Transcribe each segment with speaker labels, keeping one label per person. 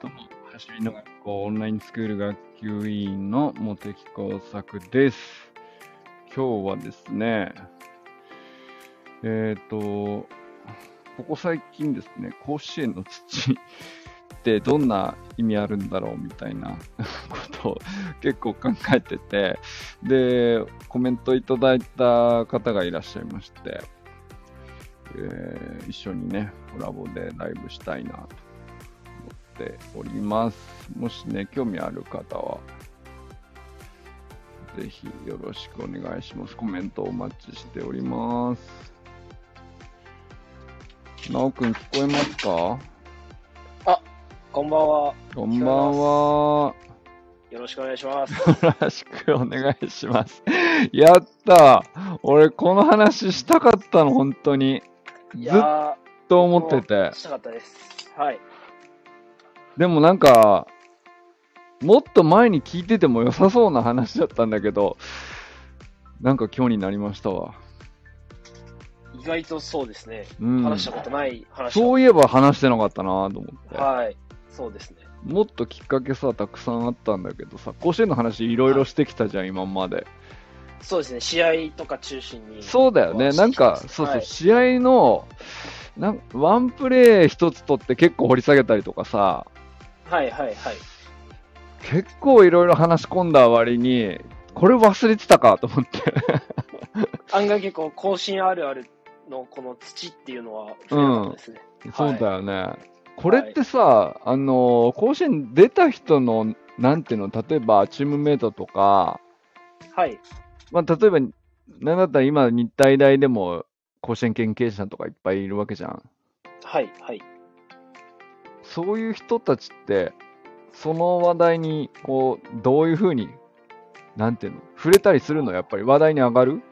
Speaker 1: とも、走りの学校オンラインスクール学級委員の茂木耕作です。今日はですね、えっ、と、ここ最近ですね、甲子園の土 ってどんな意味あるんだろうみたいな ことを結構考えてて、で、コメントいただいた方がいらっしゃいまして、えー一緒にね、コラボでライブしたいなと思っております。もしね、興味ある方は、ぜひよろしくお願いします。コメントお待ちしております。なおくん聞こえますか
Speaker 2: こんばんは。
Speaker 1: こんばんは。
Speaker 2: よろしくお願いし ます。
Speaker 1: よろしくお願いします。やった俺、この話したかったの、本当に。
Speaker 2: い
Speaker 1: ずっ
Speaker 2: や
Speaker 1: と
Speaker 2: ー、
Speaker 1: 思ってて
Speaker 2: もう。したかったです。はい。
Speaker 1: でもなんか、もっと前に聞いてても良さそうな話だったんだけど、なんか今日になりましたわ。
Speaker 2: 意外とそうですね。
Speaker 1: うん、
Speaker 2: 話したことない話
Speaker 1: そういえば話してなかったなと思って、
Speaker 2: はい。そうですね。
Speaker 1: もっときっかけさ、たくさんあったんだけどさ、甲子園の話いろいろしてきたじゃん、今まで。
Speaker 2: そうですね。試合とか中心に。
Speaker 1: そうだよね、
Speaker 2: 話
Speaker 1: なんか、
Speaker 2: してきました
Speaker 1: そうそう、
Speaker 2: はい
Speaker 1: 試合のなんワンプレー一つ取って結構掘り下げたりとかさ、
Speaker 2: はいはいはい。
Speaker 1: 結構いろいろ話し込んだ割に、これ忘れてたかと思って。
Speaker 2: 案外結構、更新あるあるのこの土っていうのは触れなかったですね。
Speaker 1: そうだよね。これってさ、あのー甲子園出た人の、なんていうの、例えばチームメイトとか、
Speaker 2: はい。
Speaker 1: まあ、例えば、なんだったら今、日体大でも甲子園研究者とかいっぱいいるわけじゃん。
Speaker 2: はいはい。
Speaker 1: そういう人たちって、その話題に、こう、どういうふうに、なんていうの、触れたりするの、やっぱり話題に上がる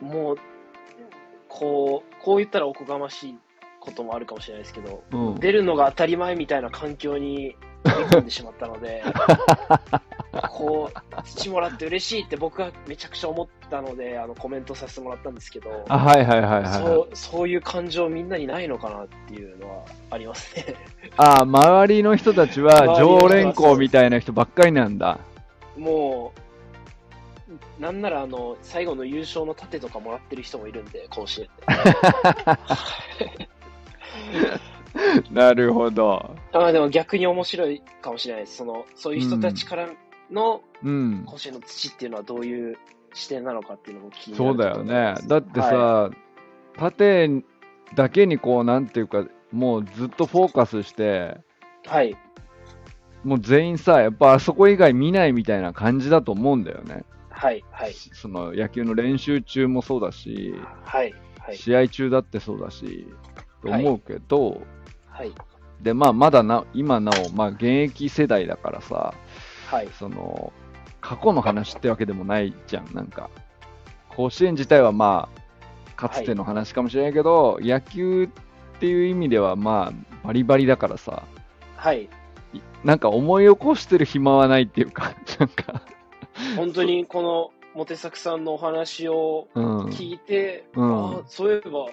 Speaker 2: もう、こう、こう言ったらおこがましいこともあるかもしれないですけど、
Speaker 1: うん。
Speaker 2: 出るのが当たり前みたいな環境に飛び込んでしまったので、 こう、土もらって嬉しいって僕はめちゃくちゃ思ったので、あのコメントさせてもらったんですけど、
Speaker 1: あ、はいはいはいはい、はい。
Speaker 2: そうそういう感情みんなにないのかなっていうのはありますね。
Speaker 1: あ、周りの人たちは
Speaker 2: 周りの人は
Speaker 1: 常連校みたいな人ばっかりなんだ。
Speaker 2: もう、なんならあの、最後の優勝の盾とかもらってる人もいるんで、甲子園で。
Speaker 1: なるほど。
Speaker 2: あでも逆に面白いかもしれないです。その、そういう人たちからの
Speaker 1: うん。
Speaker 2: 甲子園の土っていうのはどういう視点なのかっていうのも気になる
Speaker 1: そうだよね。だってさ、
Speaker 2: は
Speaker 1: 縦だけにこう、なんていうか、もうずっとフォーカスして、
Speaker 2: いはい。
Speaker 1: もう全員さ、やっぱあそこ以外見ないみたいな感じだと思うんだよね。
Speaker 2: はい、はい、
Speaker 1: その野球の練習中もそうだし、
Speaker 2: はい、はい、
Speaker 1: 試合中だってそうだし、と
Speaker 2: はい
Speaker 1: 思うけど、
Speaker 2: はい、
Speaker 1: で、まあ、まだな、今なお、まあ、現役世代だからさ、
Speaker 2: はい、
Speaker 1: その過去の話ってわけでもないじゃん、なんか甲子園自体はまあかつての話かもしれないけど、野球っていう意味ではまあバリバリだからさ、
Speaker 2: はい。
Speaker 1: いなんか思い起こしてる暇はないっていうか、 なんか、
Speaker 2: 本当にこのモテサクさんのお話を
Speaker 1: うん、
Speaker 2: 聞いて、
Speaker 1: うん
Speaker 2: ああそういえば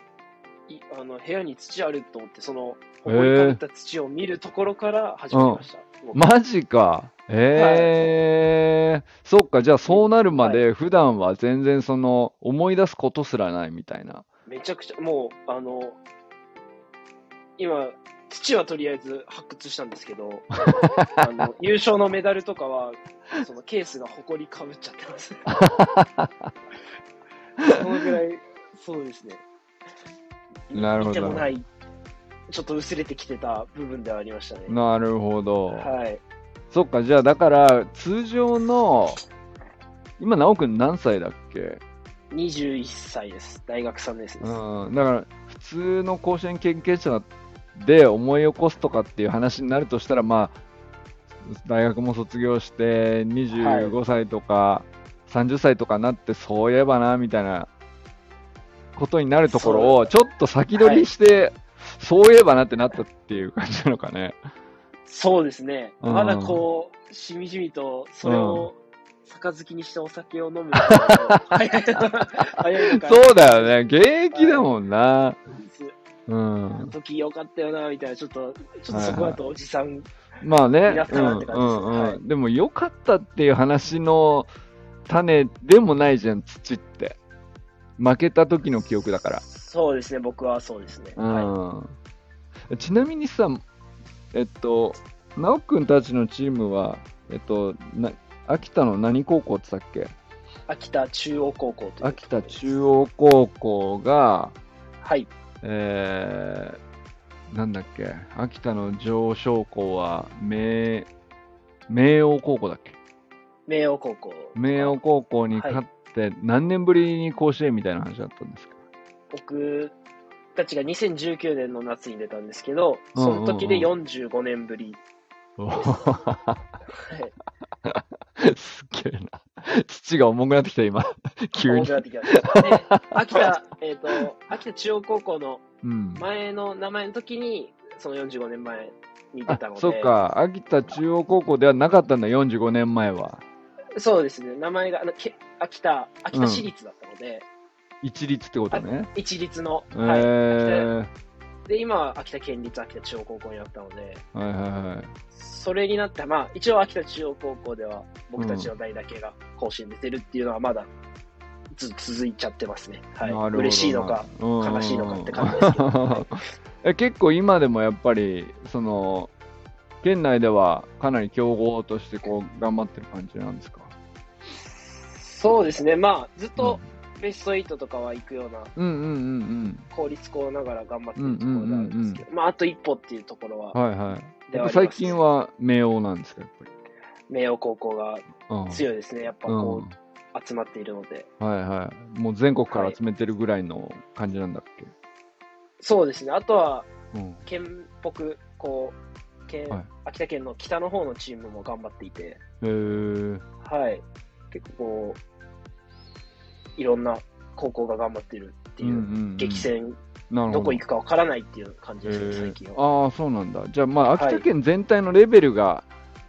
Speaker 2: いあの部屋に土あると思って、その
Speaker 1: へ
Speaker 2: 思
Speaker 1: え
Speaker 2: い浮かべた土を見るところから始まりました。僕
Speaker 1: マジか、えーそっか、じゃあそうなるまで普段は全然その思い出すことすらないみたいな。
Speaker 2: めちゃくちゃ、もう、あの、今、土はとりあえず発掘したんですけ ど、あの優勝のメダルとかは、そのケースが埃かぶっちゃっ てます。そのぐらい、そうですね。
Speaker 1: なるほど
Speaker 2: 見てもない、ちょっと薄れてきてた部分ではありましたね。
Speaker 1: なるほど。
Speaker 2: はい。
Speaker 1: そっか、じゃあだから、通常の、今、直くん何歳だっけ
Speaker 2: 21歳です。大学3年生です。
Speaker 1: うん、だから、普通の甲子園経験者で思い起こすとかっていう話になるとしたら、まあ、大学も卒業して、25歳とか、30歳とかなって、そういえばな、みたいなことになるところを、ちょっと先取りして、そういえばなってなったっていう感じなのかね。
Speaker 2: そうですね。
Speaker 1: うん
Speaker 2: まだこう、しみじみと、それを、杯にしてお酒を飲むっていう のが。早いのかな
Speaker 1: そうだよね、現役だもんな。
Speaker 2: そうです
Speaker 1: うん。
Speaker 2: 時良かったよな、みたいな、ちょっと、ちょっとそこだとおじさん、
Speaker 1: まあね
Speaker 2: いな、く
Speaker 1: う
Speaker 2: なる
Speaker 1: ん
Speaker 2: って感
Speaker 1: う
Speaker 2: じです
Speaker 1: んうん
Speaker 2: はい
Speaker 1: でも良かったっていう話の種でもないじゃん、土って。負けた時の記憶だか
Speaker 2: そうですね、僕はそうですね。
Speaker 1: ら。
Speaker 2: はい
Speaker 1: うん、ちなみにさ、えっと、直くんたちのチームは、えっと、な秋田の何高校って言ったっけ
Speaker 2: 秋田中央高校という
Speaker 1: 秋田
Speaker 2: 央。
Speaker 1: 中央高校が、
Speaker 2: はい。
Speaker 1: えー、なんだっけ、秋田の上昇校は、明、明桜高校だっけ
Speaker 2: 明桜高校。
Speaker 1: 明桜高校に勝って、何年ぶりに甲子園みたいな話だったんですか、
Speaker 2: 僕たちが2019年の夏に出たんですけど、
Speaker 1: うんうん
Speaker 2: その時で45年ぶり。
Speaker 1: おー
Speaker 2: はい。
Speaker 1: すっげえな。土が重くなってきた、今。 急
Speaker 2: 面
Speaker 1: に
Speaker 2: 白。い時がありまし たで秋田、えっ、と、秋田中央高校の
Speaker 1: うん。
Speaker 2: 前の名前の時に、その45年前に出
Speaker 1: あ
Speaker 2: たので。
Speaker 1: そっか、秋田中央高校ではなかったんだ、45年前は。
Speaker 2: そうですね。名前が、あのけ秋田、秋田市立だったので、
Speaker 1: 一律ってことね。
Speaker 2: 一律の、
Speaker 1: え
Speaker 2: はい
Speaker 1: ー、
Speaker 2: で、今は秋田県立秋田中央高校になったので、
Speaker 1: はいはいはい。
Speaker 2: それになって、まあ、一応秋田中央高校では、僕たちの代だけが甲子園出てるっていうのは、まだ、ずっと続いちゃってますね。はい。嬉しいのか。、悲
Speaker 1: 悲
Speaker 2: しいのかって感じですけどは
Speaker 1: え結構今でもやっぱりその県内ではかなり強豪としてこう頑張ってる感じなんですか
Speaker 2: そうですね。まあ、ずっとベスト8とかは行くような、
Speaker 1: うんうんうん
Speaker 2: 公立校ながら頑張ってるところではあるんですけど、まあ、あと一歩っていうところ
Speaker 1: うん
Speaker 2: は、
Speaker 1: はいはい
Speaker 2: ではありますね
Speaker 1: 最近は明桜なんですかやっ
Speaker 2: 明桜高校が
Speaker 1: ぱり、うん、
Speaker 2: 強いですね。やっぱ
Speaker 1: うん
Speaker 2: こう、集まっているので。
Speaker 1: はいはいもう全国から集めてるぐらいの感じなんだっけ、
Speaker 2: そうですね。あとは、
Speaker 1: うん
Speaker 2: 県北、こう、県
Speaker 1: はい
Speaker 2: 秋田県の北の方のチームも頑張っていて、
Speaker 1: へー
Speaker 2: はい。結構こう、いろんな高校が頑張ってるっていう、激戦、どこ行
Speaker 1: く
Speaker 2: くかわからないっていう感じですね、最
Speaker 1: え
Speaker 2: 近は。
Speaker 1: ああそうなんだじゃあまあ
Speaker 2: はい
Speaker 1: 秋田県全体のレベルが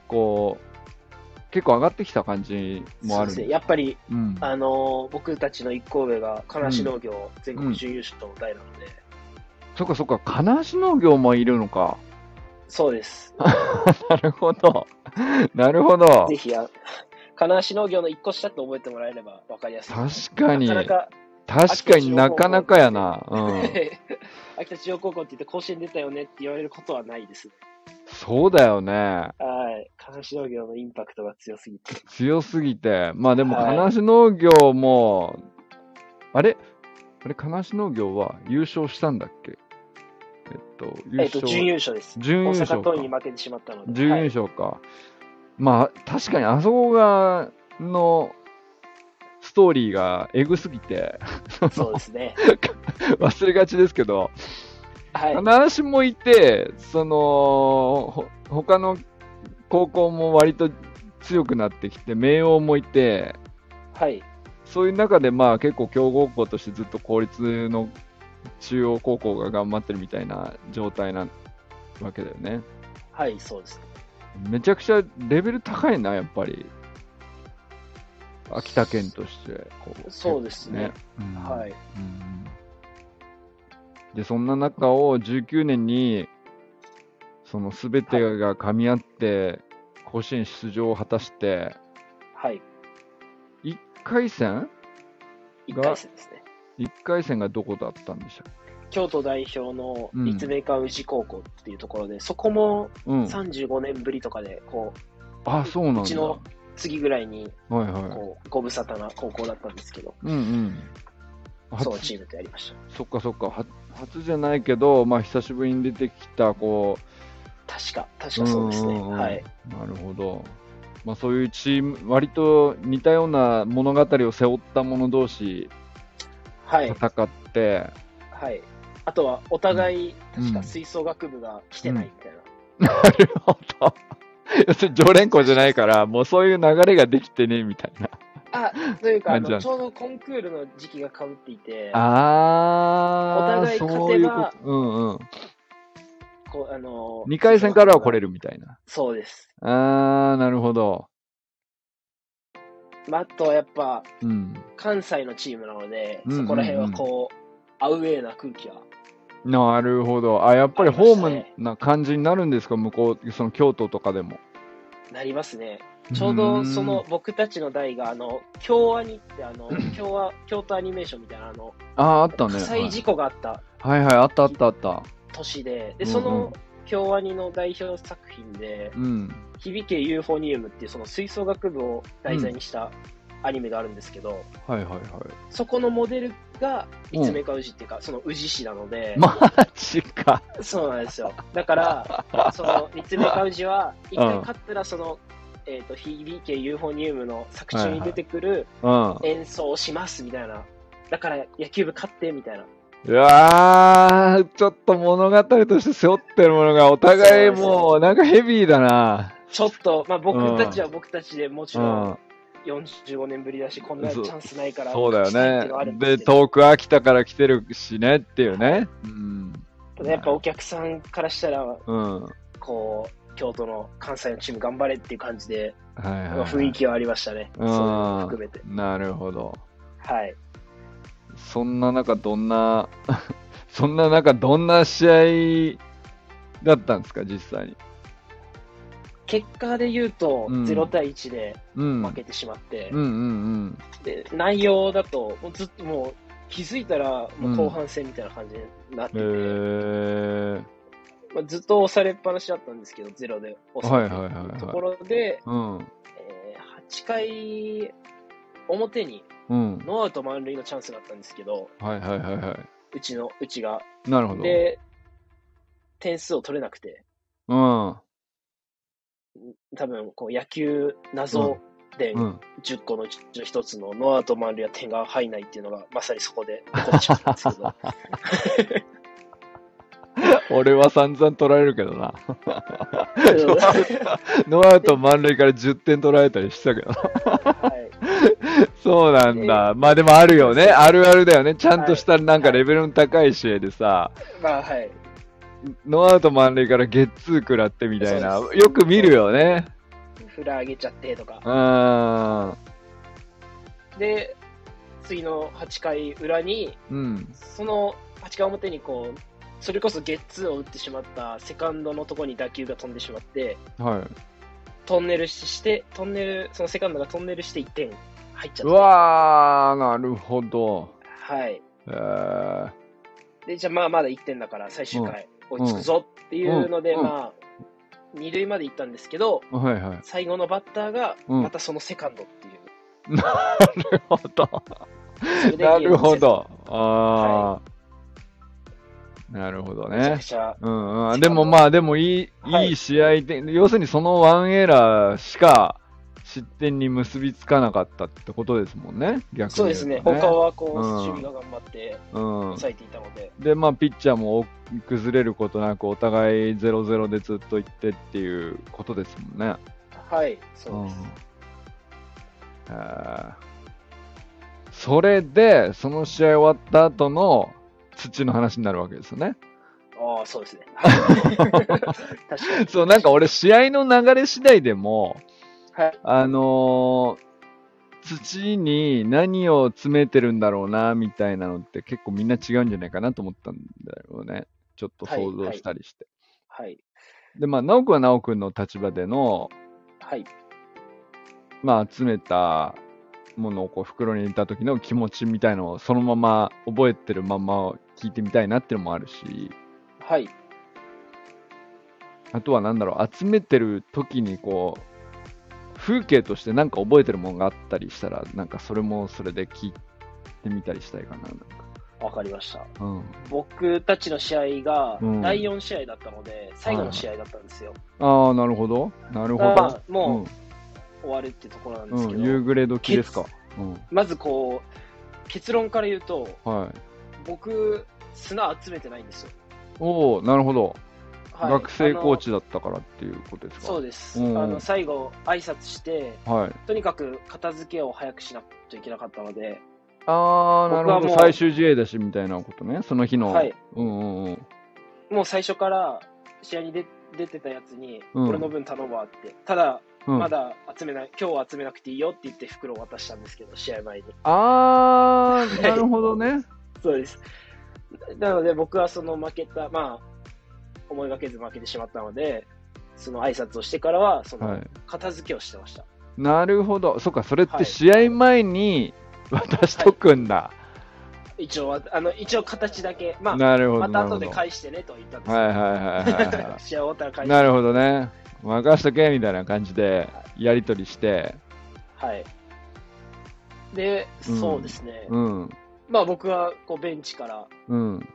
Speaker 1: こう、結構上がってきた感じも
Speaker 2: そ
Speaker 1: あ
Speaker 2: う
Speaker 1: るん
Speaker 2: です
Speaker 1: だ
Speaker 2: ね。やっぱり、
Speaker 1: うん、
Speaker 2: あのー僕たちの一神戸が金足農業、全国準優勝の代なので、
Speaker 1: そっかそっか金足農業もいるのか
Speaker 2: そうです。
Speaker 1: なるほどなるほど
Speaker 2: ぜひ、あ金足農業の一個下って覚えてもらえればわかりやすい。
Speaker 1: 確かに
Speaker 2: なかなか、
Speaker 1: 確かになかなかやな、うん、
Speaker 2: 秋田中央高校って言って甲子園出たよねって言われることはないですね。
Speaker 1: そうだよね
Speaker 2: はい。金足農業のインパクトが強すぎて。
Speaker 1: 強すぎてまあでも
Speaker 2: はい
Speaker 1: 金足農業も、あれあれ金足農業は優勝したんだっけえっと優
Speaker 2: えっと、準優勝です。
Speaker 1: 準優
Speaker 2: 大
Speaker 1: 勝
Speaker 2: 阪
Speaker 1: か
Speaker 2: 桐蔭に負けてしまったので。
Speaker 1: 準優勝か、まあ確かにあそこがのストーリーがエグすぎて
Speaker 2: はいそうですね。
Speaker 1: 忘れがちですけど、
Speaker 2: はい。
Speaker 1: 必ずしもいてそのほ他の高校も割と強くなってきて明桜もいて
Speaker 2: はい。
Speaker 1: そういう中でまあ結構強豪校としてずっと公立の中央高校が頑張ってるみたいな状態なわけだよね
Speaker 2: はい、そうです。
Speaker 1: めちゃくちゃレベル高いな、やっぱり。秋田県として、こう。
Speaker 2: そうですね。
Speaker 1: うん
Speaker 2: はい。
Speaker 1: うんで、そんな中を19年に、そのすべてが噛み合って、甲子園出場を果たして、
Speaker 2: はい。
Speaker 1: 1回戦
Speaker 2: 一回戦ですね。
Speaker 1: ?1 回戦がどこだったんでしたっ
Speaker 2: 京都代表の立命館宇治高校っていうところで、そこも
Speaker 1: けうん。
Speaker 2: 35年ぶりとかで、こう、
Speaker 1: あ、そうなんだ。
Speaker 2: うちの次ぐらいに、
Speaker 1: はいはい。
Speaker 2: こう、ご無沙汰な高校だったんですけど、
Speaker 1: うんうん。初
Speaker 2: そのチームとやりました。
Speaker 1: そっかそっか。は初じゃないけど、まあ久しぶりに出てきた、こう、
Speaker 2: 確か、確かそうですね。
Speaker 1: んんん
Speaker 2: はい。。
Speaker 1: なるほど。まあ、そういうチーム、割と似たような物語を背負った者同士
Speaker 2: はい。
Speaker 1: 戦って、
Speaker 2: はい。あとは、お互い、
Speaker 1: うん
Speaker 2: 確か吹奏楽部が来てないみたいな。
Speaker 1: なるほど。 要するに常連校じゃないから、もうそういう流れができてね、みたいな。
Speaker 2: あ、というか、あ
Speaker 1: あじゃ
Speaker 2: の
Speaker 1: あ
Speaker 2: ちょうどコンクールの時期が被っていて、
Speaker 1: あ
Speaker 2: お
Speaker 1: あ
Speaker 2: 互い勝てば
Speaker 1: そういうこと。うんうん。
Speaker 2: こうあの
Speaker 1: 2回戦からは来れるみたいな。
Speaker 2: そうです。
Speaker 1: ああなるほど。
Speaker 2: まあ、あとはやっぱ、
Speaker 1: うん。
Speaker 2: 関西のチームなので、
Speaker 1: うんうんうん
Speaker 2: そこら辺はこう、アウェーな空気は
Speaker 1: なるほど。あ、やっぱり
Speaker 2: ありまし
Speaker 1: ホー
Speaker 2: たね
Speaker 1: ムな感じになるんですか、向こう、その京都とかでも。
Speaker 2: なりますね。ちょうどその
Speaker 1: うーん。
Speaker 2: 僕たちの代が、あの、京アニって、あの、京ア、京都アニメーションみたいな、あの、
Speaker 1: ああ、あったね。
Speaker 2: 火災事故があった
Speaker 1: はい、はいはい、あったあったあった。
Speaker 2: 年で、
Speaker 1: う
Speaker 2: で、
Speaker 1: んうん
Speaker 2: その京アニの代表作品で、
Speaker 1: うん。
Speaker 2: 響けユーフォニウムっていうその吹奏楽部を題材にしたアニメがあるんですけど、
Speaker 1: はいはいはい。
Speaker 2: そこのモデルが、いつめか宇治っていうか、その宇治市なので、
Speaker 1: マジか。
Speaker 2: そうなんですよ。だから、その、三つ目カウジは、一回勝ったら、その、えっ、と、響けユーフォニウムの作中に出てくる
Speaker 1: うん。
Speaker 2: 演奏をします、みたいな。だから、野球部勝って、みたいな。
Speaker 1: うわー、ちょっと物語として背負ってるものがお互いもう、なんかヘビーだな。
Speaker 2: ちょっと、まあ、僕たちは僕たちでもち
Speaker 1: う
Speaker 2: ろん、
Speaker 1: ん。
Speaker 2: 45年ぶりだし、こんなチャンスないから、
Speaker 1: そうだ
Speaker 2: 勝ちたいっていうのはあ
Speaker 1: よね。
Speaker 2: るんです
Speaker 1: で、
Speaker 2: けど
Speaker 1: 遠く秋田から来てるしねっていうね。うん。
Speaker 2: ただやっぱお客さんからしたら、
Speaker 1: うん。はい
Speaker 2: こう、京都の関西のチーム頑張れっていう感じで、
Speaker 1: はいはい、
Speaker 2: 雰囲気はありましたね。そううんいうのも含めて。
Speaker 1: なるほど。
Speaker 2: はい。
Speaker 1: そんな中、どんな、 そんな中、どんな試合だったんですか、実際に。
Speaker 2: 結果で言うと、
Speaker 1: うん
Speaker 2: 0対1で
Speaker 1: うん。
Speaker 2: 負けてしまって、
Speaker 1: うんうん
Speaker 2: で内容だと、もうずっともう気づいたら
Speaker 1: う
Speaker 2: も
Speaker 1: ん
Speaker 2: う後半戦みたいな感じになって
Speaker 1: うん。
Speaker 2: て、
Speaker 1: へえ。
Speaker 2: まあ、ずっと押されっぱなしだったんですけど、ゼロで
Speaker 1: は
Speaker 2: 押
Speaker 1: い
Speaker 2: さ
Speaker 1: はい
Speaker 2: れ
Speaker 1: はい
Speaker 2: たとこ
Speaker 1: は
Speaker 2: ろで、
Speaker 1: い。うん。
Speaker 2: えー8回表に
Speaker 1: うん。
Speaker 2: ノーアウト満塁のチャンスがあったんですけど、
Speaker 1: はいはいはいは
Speaker 2: うちの、うちが。
Speaker 1: い。なるほど。
Speaker 2: で、点数を取れなくて、
Speaker 1: うん。
Speaker 2: 多分こう野球謎で
Speaker 1: うん。
Speaker 2: 10個のうちの1つのノーアウト満塁は点が入らないっていうのが、まさにそこで起こってしまったんですけど、
Speaker 1: 俺は散々取られるけどな。 ノーアウト満塁から10点取られたりしたけど。
Speaker 2: はい、
Speaker 1: そうなんだ。まあでもあるよね。あるあるだよね。ちゃんとしたなんかレベルの高い試合でさ、
Speaker 2: まあはい、
Speaker 1: ノーアウト満塁からゲッツー食らってみたいな。
Speaker 2: そうです
Speaker 1: よく見るよね。
Speaker 2: フラ上げちゃってとか
Speaker 1: う、ーん。
Speaker 2: で、次の8回裏に、
Speaker 1: うん。
Speaker 2: その8回表にこう、それこそゲッツーを打ってしまったセカンドのとこに打球が飛んでしまって、
Speaker 1: はい。
Speaker 2: トンネルして、トンネル、そのセカンドがトンネルして1点入っちゃ
Speaker 1: う
Speaker 2: って、
Speaker 1: わー、なるほど。
Speaker 2: はい。
Speaker 1: えー、
Speaker 2: で、じゃあまあまだ1点だから最終
Speaker 1: ん
Speaker 2: 回追いつくぞっていうので、
Speaker 1: うん
Speaker 2: まあ、二塁まで行ったんですけど、
Speaker 1: はいはい。な
Speaker 2: 最後のバッターが
Speaker 1: うん
Speaker 2: またそのセカンドっていう。
Speaker 1: るほど。
Speaker 2: それでゲ
Speaker 1: な
Speaker 2: ーム
Speaker 1: るほ
Speaker 2: セ
Speaker 1: ど。あー。なるほど
Speaker 2: ット。めちゃ
Speaker 1: ね
Speaker 2: く。ちゃ、
Speaker 1: うんう
Speaker 2: し
Speaker 1: ん、で
Speaker 2: かも
Speaker 1: もまあ、でもいい,、、
Speaker 2: はいい
Speaker 1: い試合で、要するにそのワンエラーしか失点に結びつかなかったってことですもんね、逆に、
Speaker 2: そうですね。他。はこう、
Speaker 1: うん
Speaker 2: 守備が頑張って
Speaker 1: うん、
Speaker 2: 抑えていたので、
Speaker 1: で、まあ、ピッチャーも崩れることなく、お互い0-0でずっといってっていうことですもんね。
Speaker 2: はい、そうです。
Speaker 1: うんあーそれで、その試合終わった後の土の話になるわけですよね。
Speaker 2: ああ、そうですね。 確かに。
Speaker 1: そう、なんか俺、試合の流れ次第でも、
Speaker 2: はい。
Speaker 1: あのー土に何を詰めてるんだろうな、みたいなのって結構みんな違うんじゃないかなと思ったんだよね。ちょっと想像したりして。
Speaker 2: はい。
Speaker 1: で、まあ、直くんは直くんの立場での、
Speaker 2: はい。
Speaker 1: まあ、集めたものをこう袋に入れた時の気持ちみたいのをそのまま覚えてるまま聞いてみたいなっていうのもあるし、
Speaker 2: はい。
Speaker 1: あとはなんだろう、集めてる時にこう、風景としてなんか覚えてるものがあったりしたら、なんかそれもそれで聞いてみたりしたいかな。なんか
Speaker 2: わかりました。
Speaker 1: うん、
Speaker 2: 僕たちの試合が
Speaker 1: うん
Speaker 2: 第4試合だったので、最後の試合だったんですよ。
Speaker 1: ああ、なるほど。なるほ
Speaker 2: ま
Speaker 1: ど
Speaker 2: あ。もう終わるってところなん
Speaker 1: う
Speaker 2: で
Speaker 1: ん、
Speaker 2: す
Speaker 1: う
Speaker 2: け
Speaker 1: ん、
Speaker 2: ど、
Speaker 1: ユーグレード級ですか。うん、
Speaker 2: まずこう、結論から言うと、
Speaker 1: はい。
Speaker 2: 僕、砂集めてないんですよ。
Speaker 1: おお、なるほど、
Speaker 2: はい
Speaker 1: 学生コーチだったからっていうことです
Speaker 2: あ
Speaker 1: か。
Speaker 2: のそうです。
Speaker 1: うん
Speaker 2: あの最後、挨拶して、
Speaker 1: はい。
Speaker 2: とにかく片付けを早くしなきゃいけなかったので、
Speaker 1: ああ、な
Speaker 2: 僕
Speaker 1: る
Speaker 2: は
Speaker 1: ほ
Speaker 2: も
Speaker 1: ど。
Speaker 2: う
Speaker 1: 最終自衛だしみたいなことね。その日の。
Speaker 2: はい。
Speaker 1: うんうんうん。
Speaker 2: もう最初から試合に出出てたやつに、
Speaker 1: うん
Speaker 2: 俺の分頼むわって、ただ、
Speaker 1: うん、
Speaker 2: まだ集めない、今日は集めなくていいよって言って袋を渡したんですけど、試合前に。
Speaker 1: ああ、なるほどね。
Speaker 2: そうです。なので僕はその負けた、まあ、思いがけず負けてしまったので、その挨拶をしてからは、そ
Speaker 1: は
Speaker 2: の
Speaker 1: い。
Speaker 2: 片付けをしてました。
Speaker 1: なるほど。そっか、それっ
Speaker 2: は
Speaker 1: て
Speaker 2: い
Speaker 1: 試合前に 渡しとくんだ。
Speaker 2: 一応は、あの、一応形だけ、まあ、
Speaker 1: なるほど。
Speaker 2: また後
Speaker 1: なる
Speaker 2: で
Speaker 1: ほど
Speaker 2: 返してねと言ったんです
Speaker 1: はいはいはいはい
Speaker 2: けど、
Speaker 1: は
Speaker 2: 試合終わったら返
Speaker 1: い。
Speaker 2: して、
Speaker 1: なるほどね。任しとけみたいな感じでやりとりして。
Speaker 2: はい。で、
Speaker 1: うん
Speaker 2: そうですね。
Speaker 1: うん。
Speaker 2: まあ僕は、こう、ベンチから
Speaker 1: うん。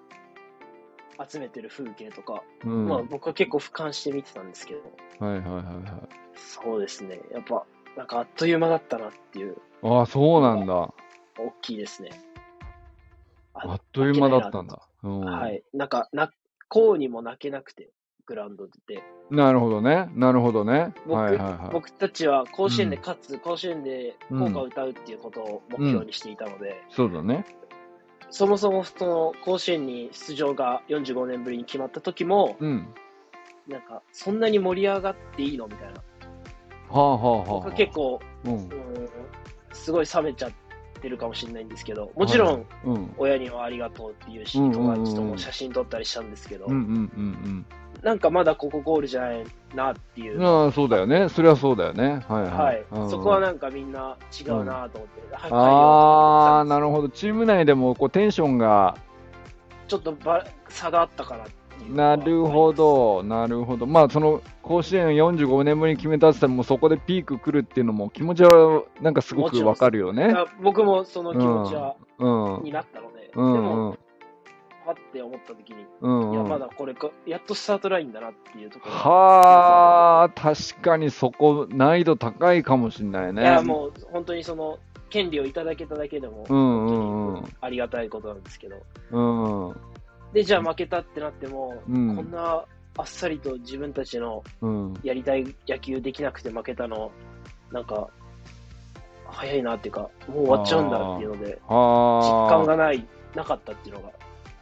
Speaker 2: 集めてる風景とか、
Speaker 1: うん。
Speaker 2: ま
Speaker 1: は
Speaker 2: あ
Speaker 1: い
Speaker 2: 僕は結構俯瞰して見てたんですけど、
Speaker 1: はいはいは
Speaker 2: そうですね。やっぱ、なんかあっという間だったなっていう、
Speaker 1: い。ああ、そうなんだ。
Speaker 2: 大きいですね。
Speaker 1: あっという間だったんだ。うん
Speaker 2: はい。なんか、な、こうにも泣けなくて、グラウンドで。
Speaker 1: なるほどね。なるほどね。
Speaker 2: 僕
Speaker 1: はいはいは
Speaker 2: 僕たちは甲子園で勝つ、甲子園で効果を歌うっていうことを目標にしていたので、
Speaker 1: い。そうだね。
Speaker 2: そもそもその甲子園に出場が45年ぶりに決まった時も、
Speaker 1: うん。
Speaker 2: なんか、そんなに盛り上がっていいのみたいな。
Speaker 1: はあはあはあ。
Speaker 2: 僕は結構、
Speaker 1: うん
Speaker 2: う。ーん、すごい冷めちゃってるかもしれないんですけど、もちろん、
Speaker 1: うん。
Speaker 2: 親にはありがとうっていうし、
Speaker 1: うんうんうん
Speaker 2: 友達とも写真撮ったりしたんですけど、
Speaker 1: うんうん
Speaker 2: なんかまだここゴールじゃないなっていう
Speaker 1: うんうん。ああ、そうだよね。それはそうだよね。はい
Speaker 2: は
Speaker 1: はい
Speaker 2: い。。
Speaker 1: うん
Speaker 2: そこはなんかみんな違うなと思って、はい
Speaker 1: ああ、なる
Speaker 2: ど。
Speaker 1: ほど。チーム内でもこうテンションが、
Speaker 2: ちょっとば差があったかなっていうのは
Speaker 1: な
Speaker 2: あります
Speaker 1: るほ。ど、なるほど。まあ、その甲子園45年ぶりに決めたって言ったら、もうそこでピーク来るっていうのも気持ちはなんかすごくわかるよ
Speaker 2: だ
Speaker 1: ね
Speaker 2: か。ら僕もその気持ちは、
Speaker 1: うん。うん
Speaker 2: になったので、
Speaker 1: う
Speaker 2: でも、
Speaker 1: ん
Speaker 2: パって思った時に、
Speaker 1: うん
Speaker 2: いや、
Speaker 1: うん
Speaker 2: まだこれか、やっとスタートラインだなっていうところが
Speaker 1: はあ、確かにそこ、難易度高いかもしれないね。
Speaker 2: いや、もう本当にその、権利をいただけただけでも、
Speaker 1: うんうんうん
Speaker 2: 本当にありがたいことなんですけど。
Speaker 1: うん。うん。
Speaker 2: で、じゃあ負けたってなっても、
Speaker 1: うん
Speaker 2: こんなあっさりと自分たちの
Speaker 1: うん。
Speaker 2: やりたい野球できなくて負けたの、なんか、早いなっていうか、もう終わっちゃうんだっていうので、実感
Speaker 1: は
Speaker 2: がない、なかったっていうのが、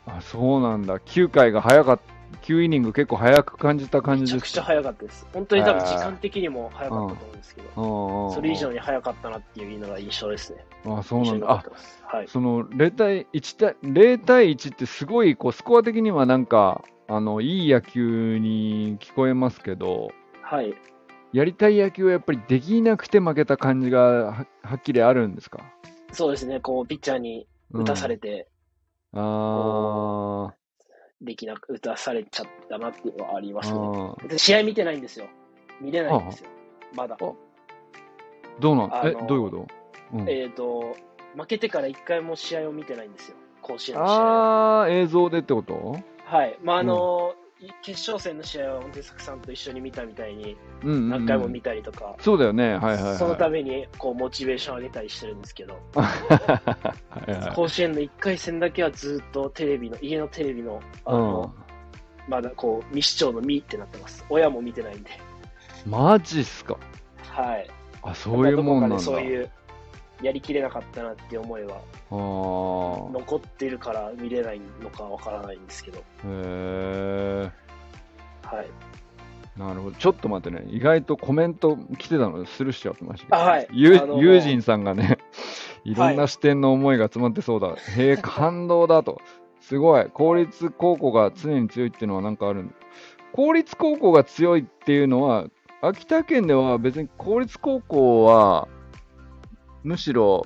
Speaker 1: あ。あ、そうなんだ。9回が早かった、9イニング結構早く感じた感
Speaker 2: め
Speaker 1: じ
Speaker 2: ちゃ
Speaker 1: で
Speaker 2: く
Speaker 1: す
Speaker 2: ちゃ
Speaker 1: か。
Speaker 2: 早かったです。本当に多分
Speaker 1: へー
Speaker 2: 時間的にも早かったと思うんですけど、
Speaker 1: うんうんうん
Speaker 2: それ以上に早かったなっていうのが印象ですね。
Speaker 1: あ、そうな
Speaker 2: 印象
Speaker 1: ん
Speaker 2: に
Speaker 1: だ。
Speaker 2: 残
Speaker 1: あ
Speaker 2: っ、てます。はい。
Speaker 1: その0対1対 ,0 対1ってすごいこうスコア的にはなんかあのいい野球に聞こえますけど
Speaker 2: はい。
Speaker 1: やりたい野球はやっぱりできなくて負けた感じがははっきりあるんですか、
Speaker 2: そうですね、こう、ピッチャーに
Speaker 1: うん
Speaker 2: 打たされて、
Speaker 1: あ
Speaker 2: できなく、打たされちゃったなっていうのはあり
Speaker 1: ー
Speaker 2: ますね。
Speaker 1: あー
Speaker 2: で試合見てないんですよ。見れないんですよ。まだ。
Speaker 1: どうなん
Speaker 2: あの
Speaker 1: えどういうこと、うん、
Speaker 2: えっ、と、負けてから一回も試合を見てないんですよ。甲子園の試合を。
Speaker 1: あー映像でってこと
Speaker 2: はい。まあ、あのーい決勝戦の試合は本当に作さんと一緒に見たみたいに、
Speaker 1: うんうんうん
Speaker 2: 何回も見たりとか、
Speaker 1: そうだよねはいはいはい
Speaker 2: そのために、こう、モチベーション上げたりしてるんですけど、
Speaker 1: はいはい
Speaker 2: 甲子園の一回戦だけはずっとテレビの、家のテレビの、あ
Speaker 1: うん
Speaker 2: の、まだこう、未視聴の未ってなってます。親も見てないんで。
Speaker 1: マジっすか
Speaker 2: はい。
Speaker 1: あそういうもんなんだ
Speaker 2: どこかでそういう、やりきれなかったなって思いは、
Speaker 1: あー
Speaker 2: 残ってるから見れないのかわからないんですけど、
Speaker 1: へえ
Speaker 2: はい。
Speaker 1: なるほど。ちょっと待ってね。意外とコメント来てたのでスルーしちゃってましたけど、
Speaker 2: あはい
Speaker 1: ゆ
Speaker 2: あのー
Speaker 1: 友人さんがね、いろんな視点の思いが詰まってそうだ。へえ、感動だと。すごい。公立高校が常に強いっていうのはなんかあるん公立高校が強いっていうのは、秋田県では別に公立高校は、むしろ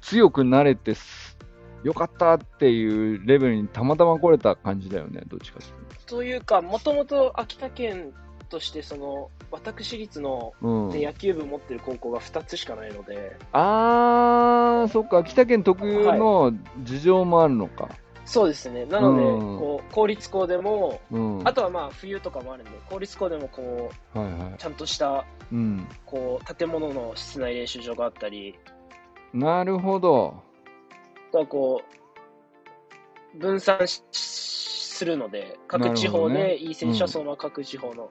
Speaker 1: 強くなれてす、よかったっていうレベルにたまたま来れた感じだよね、どっちかっていう
Speaker 2: というか、もともと秋田県として、その、私立の、
Speaker 1: と。うん、
Speaker 2: で野球部持ってる高校が2つしかないので、
Speaker 1: あー、そっか、秋田県特有の事情もあるのか。
Speaker 2: そうですね。なので、
Speaker 1: うん
Speaker 2: こう、公立校でも、
Speaker 1: うん。
Speaker 2: あとはまあ、冬とかもあるんで、公立校でもこう、
Speaker 1: はいはい。
Speaker 2: ちゃんとした、
Speaker 1: うん。
Speaker 2: こう、建物の室内練習場があったり、
Speaker 1: なるほど。
Speaker 2: あとはこう、分散しするので、
Speaker 1: な
Speaker 2: 各
Speaker 1: るほどね
Speaker 2: 地方でいい選手
Speaker 1: う
Speaker 2: は
Speaker 1: ん
Speaker 2: そのまま各地方の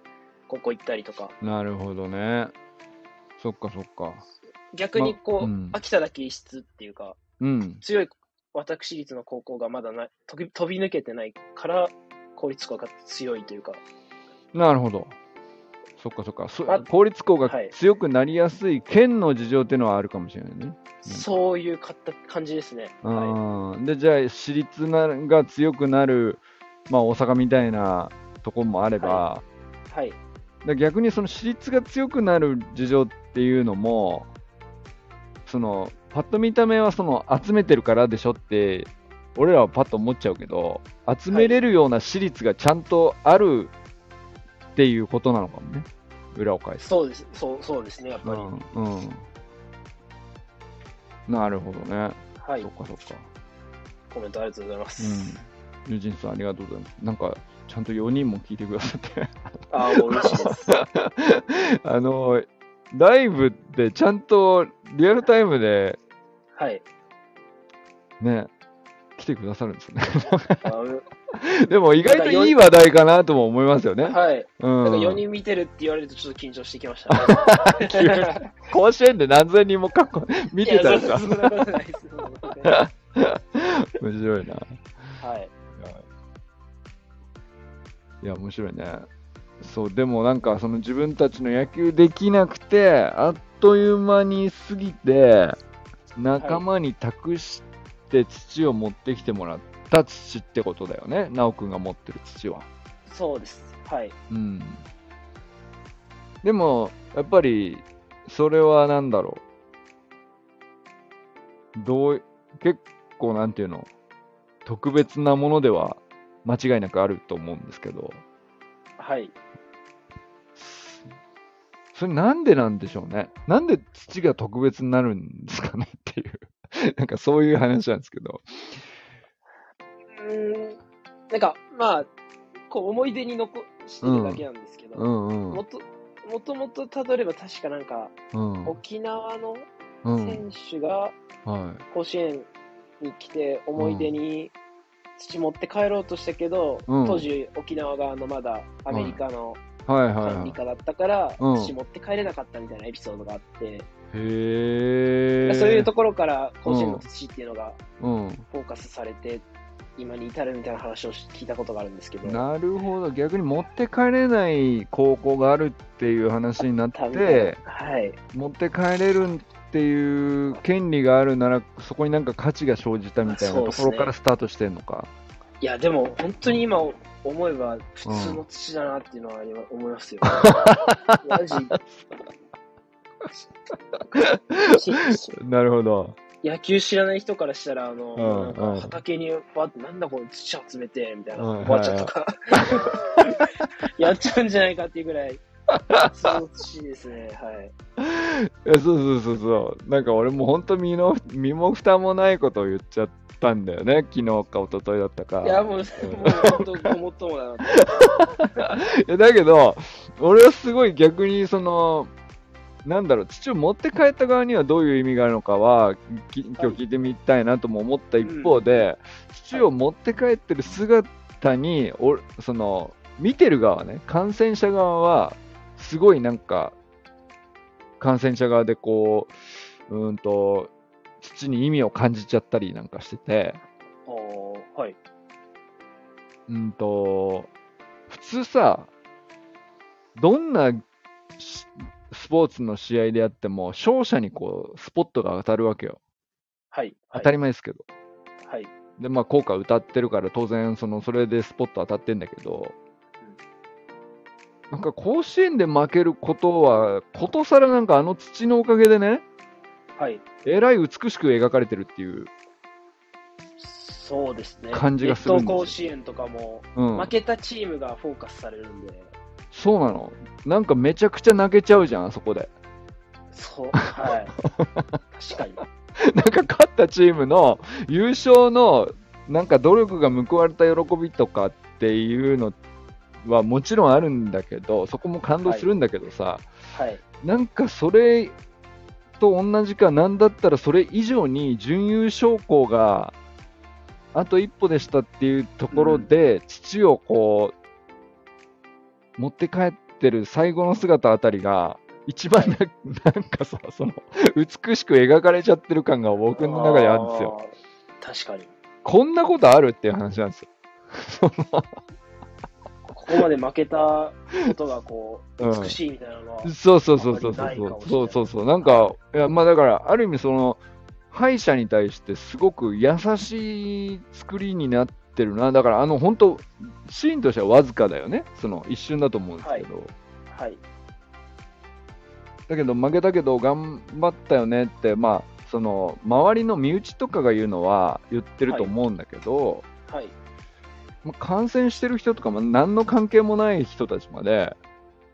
Speaker 2: 高校行ったりとか、
Speaker 1: なるほどね。そっかそっか。
Speaker 2: 逆にこ
Speaker 1: まう
Speaker 2: う、
Speaker 1: ん
Speaker 2: 秋田だけ異質っていうか、
Speaker 1: うん。
Speaker 2: 強い私立の高校がまだない飛び飛び抜けてないから、公立校が強いというか、
Speaker 1: なるほど。そっかそっか。そ
Speaker 2: あ
Speaker 1: 公立校が
Speaker 2: はい
Speaker 1: 強くなりやすい県の事情っていうのはあるかもしれないね。
Speaker 2: そういうかった感じですね。は
Speaker 1: うん。で、じゃあ、私立なが強くなる、まあ、大阪みたいなとこもあれば、
Speaker 2: い。はい。
Speaker 1: だから逆にその私立が強くなる事情っていうのもそのパッと見た目はその集めてるからでしょって俺らはパッと思っちゃうけど集めれるような私立がちゃんとあるっていうことなのかもね裏を返す
Speaker 2: そうです。そう、そうですね、やっぱ
Speaker 1: う
Speaker 2: り。
Speaker 1: んうん、なるほどね、
Speaker 2: はい
Speaker 1: そっ。かそっか
Speaker 2: コメントありがとうございます。
Speaker 1: うん友人さんありがとうございますなんかちゃんと4人も聞いてくださって
Speaker 2: ああ、もう嬉しいです。
Speaker 1: あの、ライブってちゃんとリアルタイムで
Speaker 2: はい。
Speaker 1: ね、来てくださるんですね。
Speaker 2: あー
Speaker 1: でも意外といい話題かなとも思いますよね。
Speaker 2: はい。
Speaker 1: う
Speaker 2: なんか4
Speaker 1: ん。
Speaker 2: 人見てるって言われるとちょっと緊張してきました、ね。
Speaker 1: 甲子園で何千人も過去見てたらさ
Speaker 2: いや、そんなことないです。そんなことないで
Speaker 1: 面白いな。い
Speaker 2: すはい。
Speaker 1: や、面白いね。そう、でもなんかその自分たちの野球できなくて、あっという間に過ぎて、仲間に託して土を持ってきてもらった土ってことだよね。修くんが持ってる土は。
Speaker 2: そうです。はい。
Speaker 1: うん、でもやっぱりそれは何だろうどう結構なんていうの特別なものでは間違いなくあると思うんですけど
Speaker 2: はい。
Speaker 1: それなんでなんでしょうねなんで土が特別になるんですかねっていう なんかそういう話なんですけど
Speaker 2: うーん。なんか、まあ、こう思い出に残してるだけなんですけど、
Speaker 1: うんうん
Speaker 2: もと、もともとたどれば確かなんか、
Speaker 1: うん
Speaker 2: 沖縄の
Speaker 1: うん
Speaker 2: 選手が
Speaker 1: は
Speaker 2: 甲子園に来て、思い出に土持って帰ろうとしたけど、
Speaker 1: うん
Speaker 2: 当時沖縄側のまだアメリカの
Speaker 1: いはいはい
Speaker 2: 管
Speaker 1: はい
Speaker 2: 理下だったから、
Speaker 1: うん
Speaker 2: 土持って帰れなかったみたいなエピソードがあって、
Speaker 1: へえ
Speaker 2: そういうところから甲子園の土っていうのが
Speaker 1: うん
Speaker 2: フォーカスされて、今に至るみたいな話を聞いたことがあるんですけど、
Speaker 1: なるほど、逆に持って帰れない高校があるっていう話になっ
Speaker 2: 多分
Speaker 1: て、
Speaker 2: はい、
Speaker 1: 持って帰れるっていう権利があるなら、そこになんか価値が生じたみたいな
Speaker 2: そう
Speaker 1: と
Speaker 2: っす
Speaker 1: こ
Speaker 2: ね
Speaker 1: ろからスタートしてんのか。
Speaker 2: いや、でも本当に今思えば、普通の土だなっていうのはありま思いますよ。 マジしし
Speaker 1: なるほど。
Speaker 2: 野球知らない人からしたら、あの、
Speaker 1: うん
Speaker 2: なん
Speaker 1: うん
Speaker 2: か畑にバーって、なんだこの土集めて、みたいな、
Speaker 1: うん
Speaker 2: おばあちゃん とか、やっちゃうんじゃないかっていうぐらい、普通の土ですね、はい。
Speaker 1: いやそうそうそうそう。なんか俺も本当身の身も蓋もないことを言っちゃったんだよね。昨日か一昨日だったか。
Speaker 2: いや、もう、もう本当、ごもっともだなって。
Speaker 1: いやだけど、俺はすごい逆にその、なんだろう、土を持って帰った側にはどういう意味があるのかは、き今日聞いてみたいなとも思った一方で、土を持って帰ってる姿に、おその、見てる側ね、感染者側は、すごいなんか、感染者側でこう、うーんと、土に意味を感じちゃったりなんかしてて、
Speaker 2: おーはい。
Speaker 1: うんと、普通さ、どんなしスポーツの試合であっても、勝者にこう、スポットが当たるわけよ。
Speaker 2: はい。
Speaker 1: 当た
Speaker 2: り
Speaker 1: り前ですけど。
Speaker 2: はい。
Speaker 1: で、まあ、効果歌ってるから、当然、その、それでスポット当たってんだけど、なんか甲子園で負けることは、ことさらなんかあの土のおかげでね、
Speaker 2: はい。
Speaker 1: えらい美しく描かれてるっていう、
Speaker 2: そうですね。
Speaker 1: 感じがするんですよ
Speaker 2: 熱湯甲子園とかも、
Speaker 1: うん、
Speaker 2: 負けたチームがフォーカスされるんで、
Speaker 1: そうなの。なんかめちゃくちゃ泣けちゃうじゃん、あそこで。
Speaker 2: そう、 はい。確かに。
Speaker 1: なんか勝ったチームの優勝のなんか努力が報われた喜びとかっていうのはもちろんあるんだけどそこも感動するんだけどさ、
Speaker 2: はい。
Speaker 1: なんかそれと同じかなんだったらそれ以上に準優勝校があと一歩でしたっていうところで、父をこう持って帰ってる最後の姿あたりが一番な,、なんかさその美しく描かれちゃってる感が僕の中であるんですよ。
Speaker 2: あー。確かに。
Speaker 1: こんなことあるっていう話なんですよ。
Speaker 2: ここまで負けたことがこう、
Speaker 1: うん
Speaker 2: 美しいみたいなのは、
Speaker 1: そうそうそうそうそ
Speaker 2: あんまりないか
Speaker 1: う
Speaker 2: もしれな
Speaker 1: そう
Speaker 2: い
Speaker 1: そうそうなんかいやまあだからある意味その歯医者に対してすごく優しい作りになってるなだからあの本当シーンとしてはわずかだよねその一瞬だと思うんですけど、
Speaker 2: はい。
Speaker 1: だけど負けたけど頑張ったよねってまあその周りの身内とかが言うのは言ってると思うんだけど、
Speaker 2: はい。
Speaker 1: まあ感染してる人とかも何の関係もない人たちまで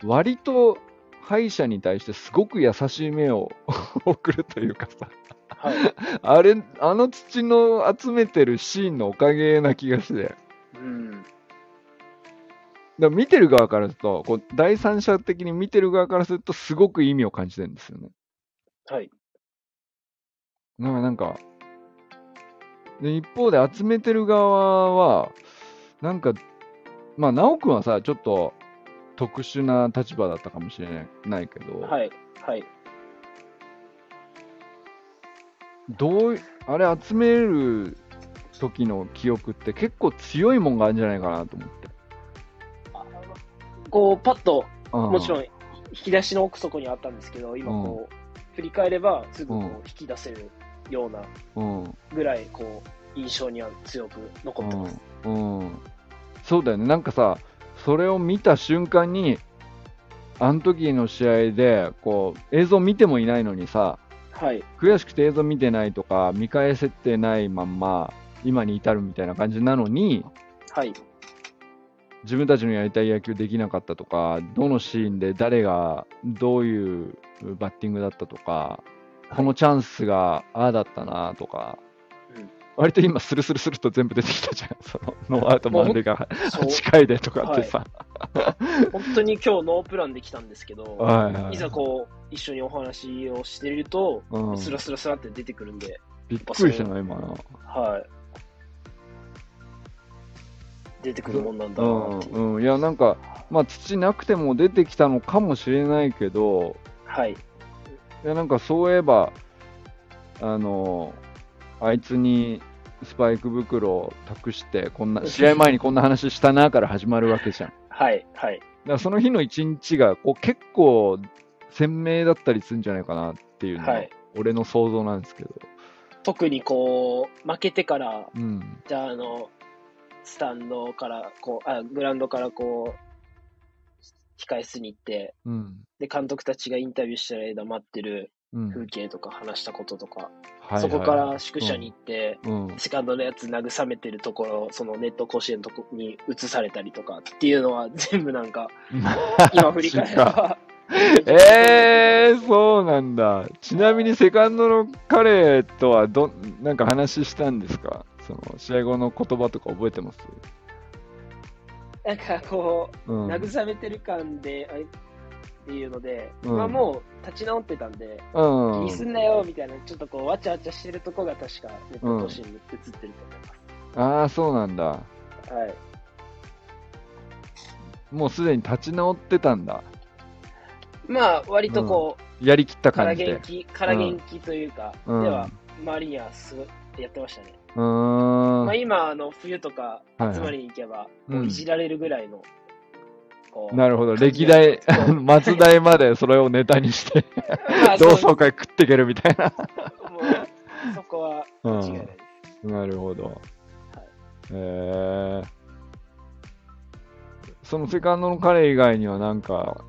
Speaker 1: 割と歯医者に対してすごく優しい目を 送るというかさ
Speaker 2: はい。
Speaker 1: あれあの土の集めてるシーンのおかげな気がしてだか
Speaker 2: うん。
Speaker 1: ら見てる側からするとこう第三者的に見てる側からするとすごく意味を感じてるんですよね
Speaker 2: はい。
Speaker 1: なんかなんかで一方で集めてる側はなんかまあ修くんはさちょっと特殊な立場だったかもしれないないけど、
Speaker 2: はい。はい。
Speaker 1: どういあれ集める時の記憶って結構強いもんがあるんじゃないかなと思って。
Speaker 2: こう、パッと、も
Speaker 1: も
Speaker 2: ちろん、引き出しの奥底にあったんですけど、今こう、振り返れば、すぐこう、引き出せるような
Speaker 1: うん。
Speaker 2: ぐらい、こう、印象には強く残ってます。
Speaker 1: うん。うん。そうだよね。なんかさ、それを見た瞬間に、あの時の試合で、こう、映像見てもいないのにさ、
Speaker 2: はい。
Speaker 1: 悔しくて映像見てないとか、見返せてないまんま、今に至るみたいな感じなのに、
Speaker 2: はい。
Speaker 1: 自分たちのやりたい野球できなかったとか、どのシーンで誰がどういうバッティングだったとか、このチャンスがああだったなとか、
Speaker 2: うん
Speaker 1: 割と今、スルスルスルと全部出てきたじゃん、そのノーアウト満塁が
Speaker 2: そう、
Speaker 1: 8回でとかってさ。
Speaker 2: 本当に今日ノープランで来たんですけど、
Speaker 1: はいはい
Speaker 2: いざこう、一緒にお話をしてると、
Speaker 1: うん、
Speaker 2: スラスラスラって出てくるんで、
Speaker 1: びっくりしたな、今の。
Speaker 2: はい。出てくるもんなんだ
Speaker 1: う
Speaker 2: なっていう、
Speaker 1: んうん、いや、なんか、まあ、土なくても出てきたのかもしれないけど、
Speaker 2: はい。
Speaker 1: いやなんかそういえばあのあいつにスパイク袋を託してこん な試合前にこんな話したなから始まるわけじゃんだか
Speaker 2: はい。はい。
Speaker 1: らその日の一日がこう結構鮮明だったりするんじゃないかなっていうのが、
Speaker 2: はい
Speaker 1: 俺の想像なんですけど
Speaker 2: 特にこう、負けてから、
Speaker 1: うん
Speaker 2: じゃあ、あの、スタンドから、こう、あ、グラウンドからこう、控え室に行って、
Speaker 1: うん
Speaker 2: で、監督たちがインタビューしてる間待ってる
Speaker 1: うん
Speaker 2: 風景とか話したこととか、
Speaker 1: はいはい
Speaker 2: そこから宿舎に行って、
Speaker 1: うん
Speaker 2: セカンドのやつ慰めてるところ、そのネット甲子園のとこに移されたりとかっていうのは全部な んか、今振り返れ ば。
Speaker 1: えー、そうなんだちなみにセカンドの彼とはどなんか話したんですかその試合後の言葉とか覚えてます
Speaker 2: なんかこ
Speaker 1: う
Speaker 2: う、
Speaker 1: ん、
Speaker 2: 慰めてる感で、あれっていうので、
Speaker 1: うん
Speaker 2: まあもう立ち直ってたんで、気
Speaker 1: うん
Speaker 2: にすんなよみたいな、ちょっとこう、わちゃわちゃしてるとこが確かネット甲子園に映ってると思いま
Speaker 1: ああそうなんだ
Speaker 2: す。はい。
Speaker 1: もうすでに立ち直ってたんだ
Speaker 2: まあ、割とこう、
Speaker 1: やりきった
Speaker 2: から
Speaker 1: 感じ
Speaker 2: 元
Speaker 1: で
Speaker 2: 気、から元気というか、
Speaker 1: うん
Speaker 2: では、周りにはすごいやってましたね。
Speaker 1: うーん、
Speaker 2: まあ今、あの、冬とか、
Speaker 1: はい
Speaker 2: 集まりに行けば、
Speaker 1: うん
Speaker 2: もういじられるぐらいの、こう、
Speaker 1: なるほど
Speaker 2: 感じ
Speaker 1: 歴
Speaker 2: が
Speaker 1: 代
Speaker 2: そう
Speaker 1: 松代までそれをネタにして
Speaker 2: ま あ
Speaker 1: 同
Speaker 2: そう
Speaker 1: 窓会食っていけるみたいな、
Speaker 2: もうそこは
Speaker 1: う
Speaker 2: 間違いない
Speaker 1: ん
Speaker 2: で、
Speaker 1: なるほど、えー、そのセカンドの彼以外には何か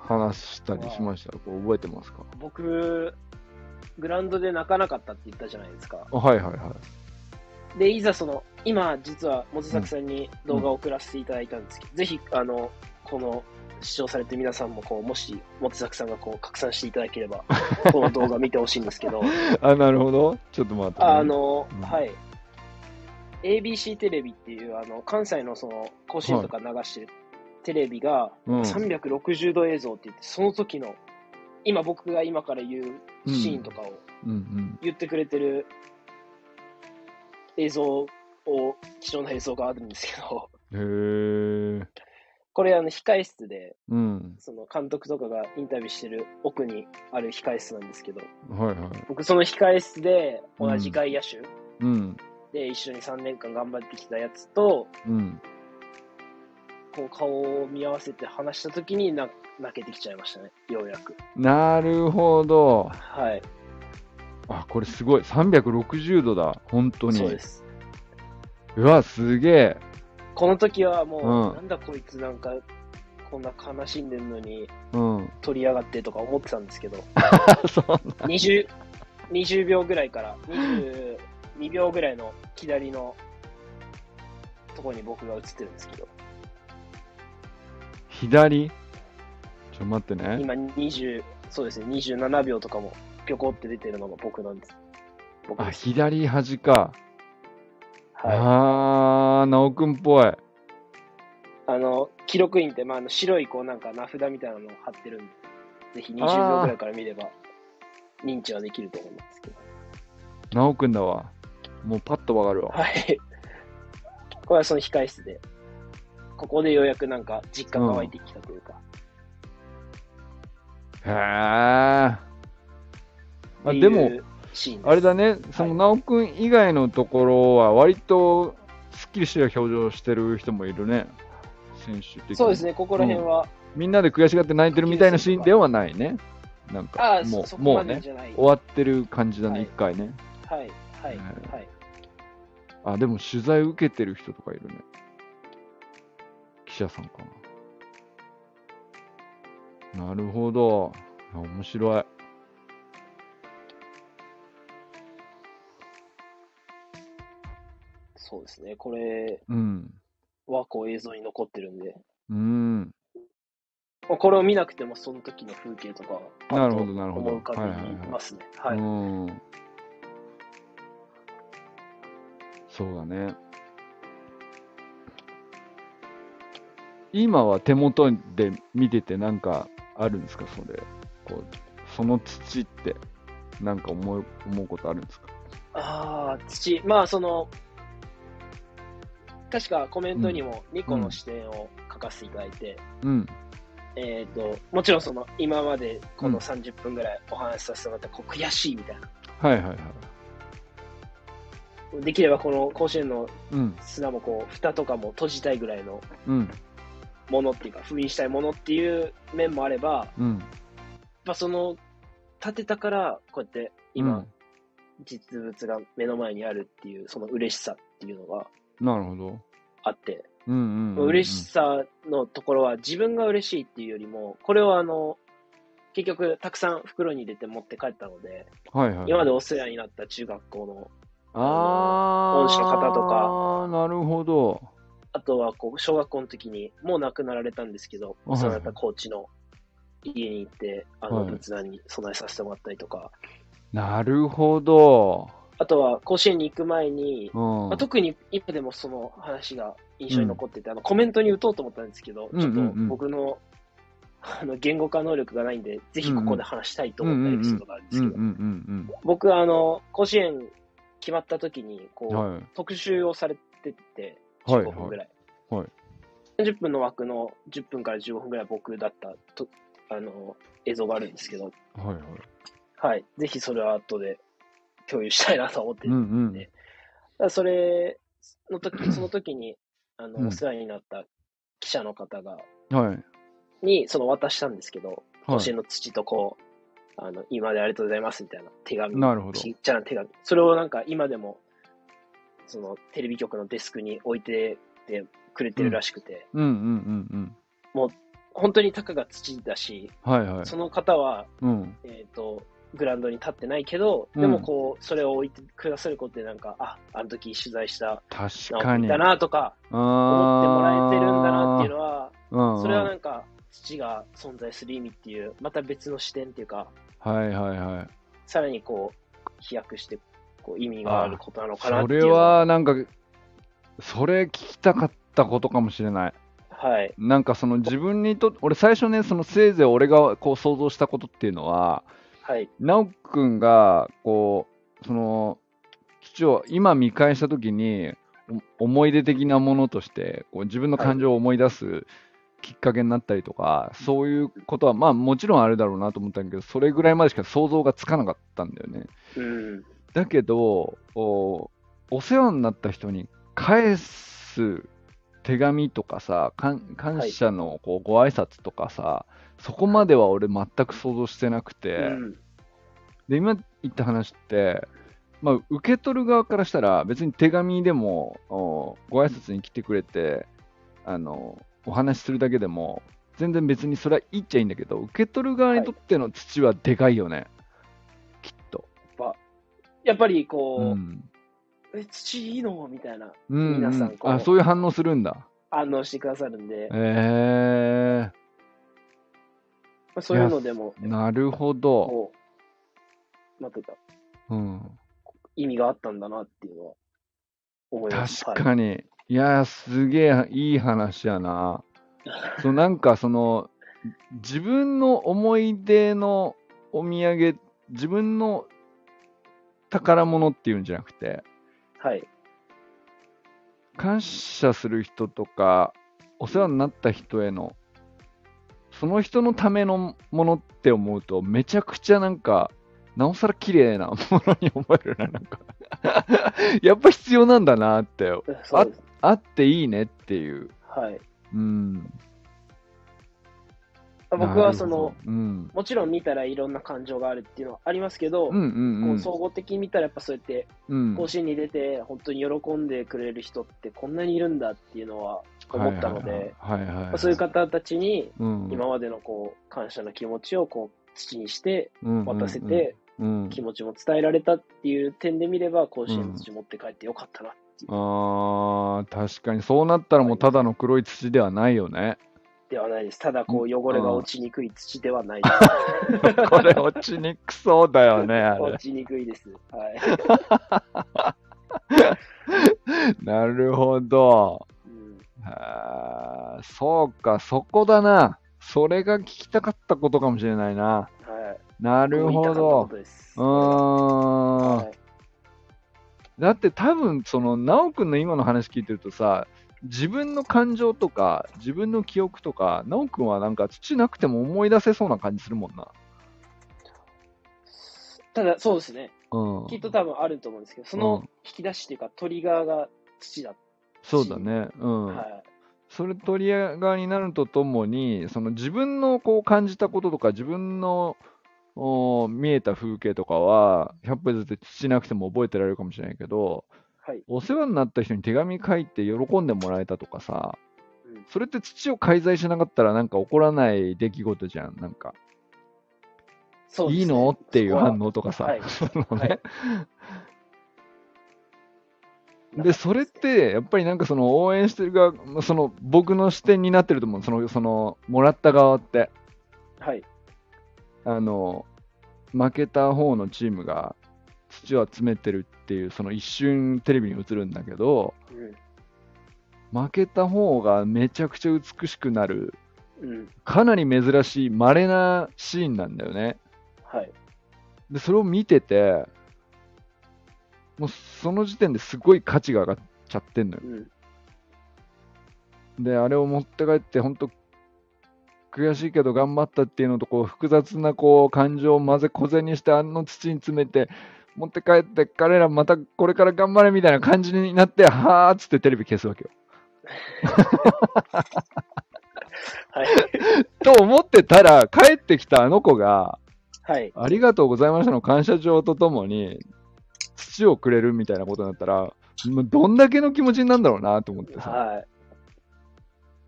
Speaker 1: 話したりしましたこう覚えてますか
Speaker 2: す。僕、グラウンドで泣かなかったって言ったじゃないですか。
Speaker 1: あはいはいはい
Speaker 2: で、いざその、今、実は、本作さんに動画を送らせていただいたんですけど、ぜひ、あの、この、視聴されてる皆さんも、こう、もし、本作さんがこう、拡散していただ ければ、この動画見てほしいんですけど、
Speaker 1: あなるほどちょっと待って、ね、
Speaker 2: あの、
Speaker 1: うん
Speaker 2: はい。ABC テレビっていう、あの、関西のその、甲子園とか流してるテレビが、
Speaker 1: うん
Speaker 2: 360度映像って言って、その時の、今僕が今から言うシーンとかを
Speaker 1: うんうん
Speaker 2: 言ってくれてる映像を、貴重な映像があるんですけど、
Speaker 1: へー
Speaker 2: これあの、控え室で、
Speaker 1: うん
Speaker 2: その監督とかがインタビューしてる奥にある控え室なんですけど、
Speaker 1: はいはい
Speaker 2: 僕その控え室で同じ外野手
Speaker 1: うん
Speaker 2: で一緒に3年間頑張ってきたやつと、
Speaker 1: うん
Speaker 2: こう顔を見合わせて話したときにな泣けてきちゃいましたね、ようやく。
Speaker 1: なるほど。
Speaker 2: はい、
Speaker 1: あ、これすごい。360度だ。本当に。
Speaker 2: そうです。
Speaker 1: うわ、すげえ。
Speaker 2: この時はもう、
Speaker 1: うん
Speaker 2: なんだこいつなんか、こんな悲しんでるのに
Speaker 1: うん。
Speaker 2: 取り上がってとか思ってたんですけど、
Speaker 1: あ そう
Speaker 2: 20, 20秒ぐらいから、22秒ぐらいの左のところに僕が映ってるんですけど、
Speaker 1: 左ちょ、待ってね。
Speaker 2: 今20、そうですね、27秒とかもぴょこって出てるのが僕なんです。僕
Speaker 1: あ、
Speaker 2: です。
Speaker 1: 左端か。
Speaker 2: はい。
Speaker 1: あー、直くんっぽい。
Speaker 2: あの、記録員って、まあ、あの白いこうなんか名札みたいなのを貼ってるんで、ぜひ20
Speaker 1: あー
Speaker 2: 秒ぐらいから見れば認知はできると思うんですけど。
Speaker 1: 直くんだわ。もうパッとわかるわ。
Speaker 2: はい。これはその控室で、ここでようやくなんか実感が湧いてきたというか、
Speaker 1: へー。あ
Speaker 2: っていう
Speaker 1: でも、
Speaker 2: シーンです
Speaker 1: あれだね、その直くん以外のところは、割とすっきりしてる表情してる人もいるね、選手的に。
Speaker 2: そうですね、ここら辺は、
Speaker 1: みんなで悔しがって泣いてるみたいなシーンではないね。なん
Speaker 2: あ
Speaker 1: か
Speaker 2: あ、、
Speaker 1: も、
Speaker 2: そそうこ
Speaker 1: も
Speaker 2: ま
Speaker 1: う
Speaker 2: で
Speaker 1: ね、
Speaker 2: じゃない。
Speaker 1: 終わってる感じだね、
Speaker 2: はい
Speaker 1: 一回ね。
Speaker 2: はい、はい、はい。
Speaker 1: あ、でも取材受けてる人とかいるね。記者さんかな。なるほど。あ面白い。
Speaker 2: そうですね、これ
Speaker 1: うん。
Speaker 2: はこう映像に残ってるんで、
Speaker 1: うん。
Speaker 2: まあこれを見なくてもその時の風景とか、
Speaker 1: なるほど、なるほど。
Speaker 2: 思うか
Speaker 1: はいはいはい
Speaker 2: びますね。はい。
Speaker 1: うん。そうだね。今は手元で見ててなんかあるんですかそれ。こう、その土ってなんか思う思うことあるんですか
Speaker 2: ああ、土、まあその、確かコメントにも2個の視点を書かせていただいて、
Speaker 1: うん。
Speaker 2: えっ、と、もちろんその、今までこ
Speaker 1: うん
Speaker 2: の30分ぐらいお話しさせてもらって、こう悔しいみたいな。
Speaker 1: はいはいはい。
Speaker 2: できればこの甲子園の
Speaker 1: うん。
Speaker 2: 砂もこう、蓋とかも閉じたいぐらいの
Speaker 1: うん。
Speaker 2: ものっていうか、封印したいものっていう面もあれば、
Speaker 1: うん。
Speaker 2: まあその、立てたから、こうやって今、実物が目の前にあるっていう、その嬉しさっていうのが
Speaker 1: うん。なるほど。
Speaker 2: あって、
Speaker 1: うんうん、うん。
Speaker 2: 嬉しさのところは自分が嬉しいっていうよりも、これをあの、結局たくさん袋に入れて持って帰ったので、
Speaker 1: はいはいはい。
Speaker 2: 今までお世話になった中学校の、
Speaker 1: あー
Speaker 2: 恩師の方とか
Speaker 1: あー、なるほど。
Speaker 2: あとはこう小学校の時に、もう亡くなられたんですけど、
Speaker 1: はい
Speaker 2: 幼かったコーチの家に行って、あ
Speaker 1: は
Speaker 2: の
Speaker 1: い
Speaker 2: 仏壇に備えさせてもらったりとか、
Speaker 1: なるほど。
Speaker 2: あとは甲子園に行く前に、
Speaker 1: うん。
Speaker 2: まあ、特に今でもその話が印象に残ってて、あのコメントに打とうと思ったんですけど、
Speaker 1: うんうんうん
Speaker 2: ちょっと僕のあの言語化能力がないんで、ぜひここで話したいと思ったエピソードがあるんですけど、
Speaker 1: うん
Speaker 2: 僕はあの甲子園決まった時にこ
Speaker 1: うんうんう
Speaker 2: う、
Speaker 1: ん。はい。
Speaker 2: 特集をされてて、
Speaker 1: はい
Speaker 2: 15分ぐらい。
Speaker 1: はいは
Speaker 2: 30分の枠の10分から15分ぐらい僕だったとあの映像があるんですけど、
Speaker 1: はいはい。
Speaker 2: はい、ぜひそれは後で共有したいなと思って
Speaker 1: うんうん。
Speaker 2: ねだからそれ の時、その時に、あの、
Speaker 1: うん
Speaker 2: お世話になった記者の方が、
Speaker 1: はい。
Speaker 2: に、その渡したんですけど、
Speaker 1: は
Speaker 2: 甲子
Speaker 1: い。
Speaker 2: 園の土とこう、あの、今までありがとうございますみたいな手紙、
Speaker 1: なるほど。
Speaker 2: ちっちゃな手紙。それをなんか今でも、そのテレビ局のデスクに置いててくれてるらしくて、
Speaker 1: うんうんうん
Speaker 2: 本当にたかが土だし、
Speaker 1: うん。はいはい。
Speaker 2: その方は、
Speaker 1: うん。
Speaker 2: えっ、と、グラウンドに立ってないけど、でもこう、それを置いてくださることでなんか、あ、あの時取材した
Speaker 1: 確か
Speaker 2: 直
Speaker 1: に。
Speaker 2: 樹だなとか、
Speaker 1: あー
Speaker 2: 思ってもらえてるんだなっていうのは、
Speaker 1: うんうん
Speaker 2: それはなんか、土が存在する意味っていう、また別の視点っていうか、
Speaker 1: はいはいはい。
Speaker 2: さらにこう、飛躍して、こう、意味があることなのかな
Speaker 1: そ
Speaker 2: っていう。
Speaker 1: れ、はなんか、それ聞きたかったことかもしれない。
Speaker 2: はい。
Speaker 1: なんかその自分にと俺最初ね、そのせいぜい俺がこう想像したことっていうのは、
Speaker 2: はい。
Speaker 1: 直樹くんがこうその父を今見返した時にお思い出的なものとしてこう自分の感情を思い出すきっかけになったりとか、そういうことはまあもちろんあるだろうなと思ったんだけどそれぐらいまでしか想像がつかなかったんだよね
Speaker 2: うん。
Speaker 1: だけどおお世話になった人に返すっ手紙とかさ、感感謝のこうご挨拶とかさ、そこまでは俺全く想像してなくて、
Speaker 2: うん。
Speaker 1: で、今言った話って、まあ、受け取る側からしたら、別に手紙でも、おご挨拶に来てくれて、あの、お話しするだけでも、全然別にそれは言っちゃいいんだけど、受け取る側にとっての土はでかいよね。きっと。
Speaker 2: やっぱりこう、
Speaker 1: ん。
Speaker 2: え、土いいのみたいな
Speaker 1: うう
Speaker 2: 皆さんこう
Speaker 1: あ、そういう反応するんだ。
Speaker 2: 反応してくださるんで、ま
Speaker 1: え
Speaker 2: あ、そういうのでも、
Speaker 1: ー、なるほど。
Speaker 2: こう、なんていうか、
Speaker 1: うん。
Speaker 2: 意味があったんだなっていうのは思います。
Speaker 1: 確
Speaker 2: はい
Speaker 1: かに。いやー、すげえいい話や な。そうなんかその、自分の思い出のお土産、自分の宝物っていうんじゃなくて、
Speaker 2: はい。
Speaker 1: 感謝する人とか、お世話になった人への、その人のためのものって思うと、めちゃくちゃなんか、なおさら綺麗なものに思えるな、なんか。 やっぱ必要なんだなって、
Speaker 2: そうです。
Speaker 1: あっていいねっていう。
Speaker 2: はい。
Speaker 1: うん。
Speaker 2: 僕はそ
Speaker 1: なる
Speaker 2: の
Speaker 1: ほ、ど、うん、
Speaker 2: もちろん見たらいろんな感情があるっていうのはありますけど、
Speaker 1: うんうんう
Speaker 2: こ
Speaker 1: ん
Speaker 2: う総合的に見たらやっぱそうやって
Speaker 1: うん
Speaker 2: 甲子園に出て本当に喜んでくれる人ってこんなにいるんだっていうのは思ったので、
Speaker 1: はいはいはいはい
Speaker 2: ま
Speaker 1: は
Speaker 2: あそういう方たちに
Speaker 1: うん
Speaker 2: 今までのこう感謝の気持ちをこう土にして渡せて
Speaker 1: うんうんうん
Speaker 2: 気持ちも伝えられたっていう点で見れば甲子園の土持って帰ってよかったなっていう
Speaker 1: あー確かにそうなったらもうただの黒い土ではないよね。
Speaker 2: ではないです。ただこう汚れが落ちにくい土ではない で
Speaker 1: これ落ちにくそうだよね、あ
Speaker 2: す。落
Speaker 1: れ。
Speaker 2: ちにくいです。はい。
Speaker 1: なるほど。
Speaker 2: うん
Speaker 1: あーそうか、そこだな。それが聞きたかったことかもしれないな。
Speaker 2: はい。
Speaker 1: なるほど
Speaker 2: 僕も言いたかったこ。とです。
Speaker 1: うーん。
Speaker 2: はい
Speaker 1: だって多分その奈くんの今の話聞いてるとさ自分の感情とか自分の記憶とか奈くんはなんか土なくても思い出せそうな感じするもんな。
Speaker 2: ただ、そうですね。
Speaker 1: うん、
Speaker 2: きっと多分あると思うんですけど、そ
Speaker 1: うん
Speaker 2: の引き出しっていうか、トリガーが土だっ
Speaker 1: そうだね。うん
Speaker 2: た。はい。
Speaker 1: それ取り上がりになるとともにその自分のこう感じたこととか自分のお見えた風景とかは100歩譲って土なくても覚えてられるかもしれないけど
Speaker 2: はい。
Speaker 1: お世話になった人に手紙書いて喜んでもらえたとかさ
Speaker 2: うん
Speaker 1: それって土を介在しなかったらなんか起こらない出来事じゃん。なんか、
Speaker 2: そうです
Speaker 1: い
Speaker 2: ね
Speaker 1: いのっていう反応とかさ。
Speaker 2: そこははい
Speaker 1: そのね
Speaker 2: はい
Speaker 1: で、それっ、て、やっぱりなんかその応援してる側、まあその僕の視点になってると思う。その、その、もらった側って、
Speaker 2: はい。
Speaker 1: あの、負けた方のチームが土を集めてるっていう、その一瞬テレビに映るんだけど、負けた方がめちゃくちゃ美しくなる、
Speaker 2: うん。うん。
Speaker 1: かなり珍しい、稀なシーンなんだよね。
Speaker 2: はい。
Speaker 1: で、それを見てて、もうその時点ですごい価値が上がっちゃってんのよ
Speaker 2: う。ん。
Speaker 1: で、あれを持って帰って、本当悔しいけど頑張ったっていうのと、こう、複雑なこう、感情を混ぜこぜにして、あの土に詰めて、持って帰って、彼らまたこれから頑張れみたいな感じになって、はーっつってテレビ消すわけよ。
Speaker 2: はい。
Speaker 1: と思ってたら、帰ってきたあの子が、
Speaker 2: はい。
Speaker 1: ありがとうございましたの感謝状とともに、土をくれるみたいなことになったら、もうどんだけの気持ちになるんだろうなと思ってさ、
Speaker 2: は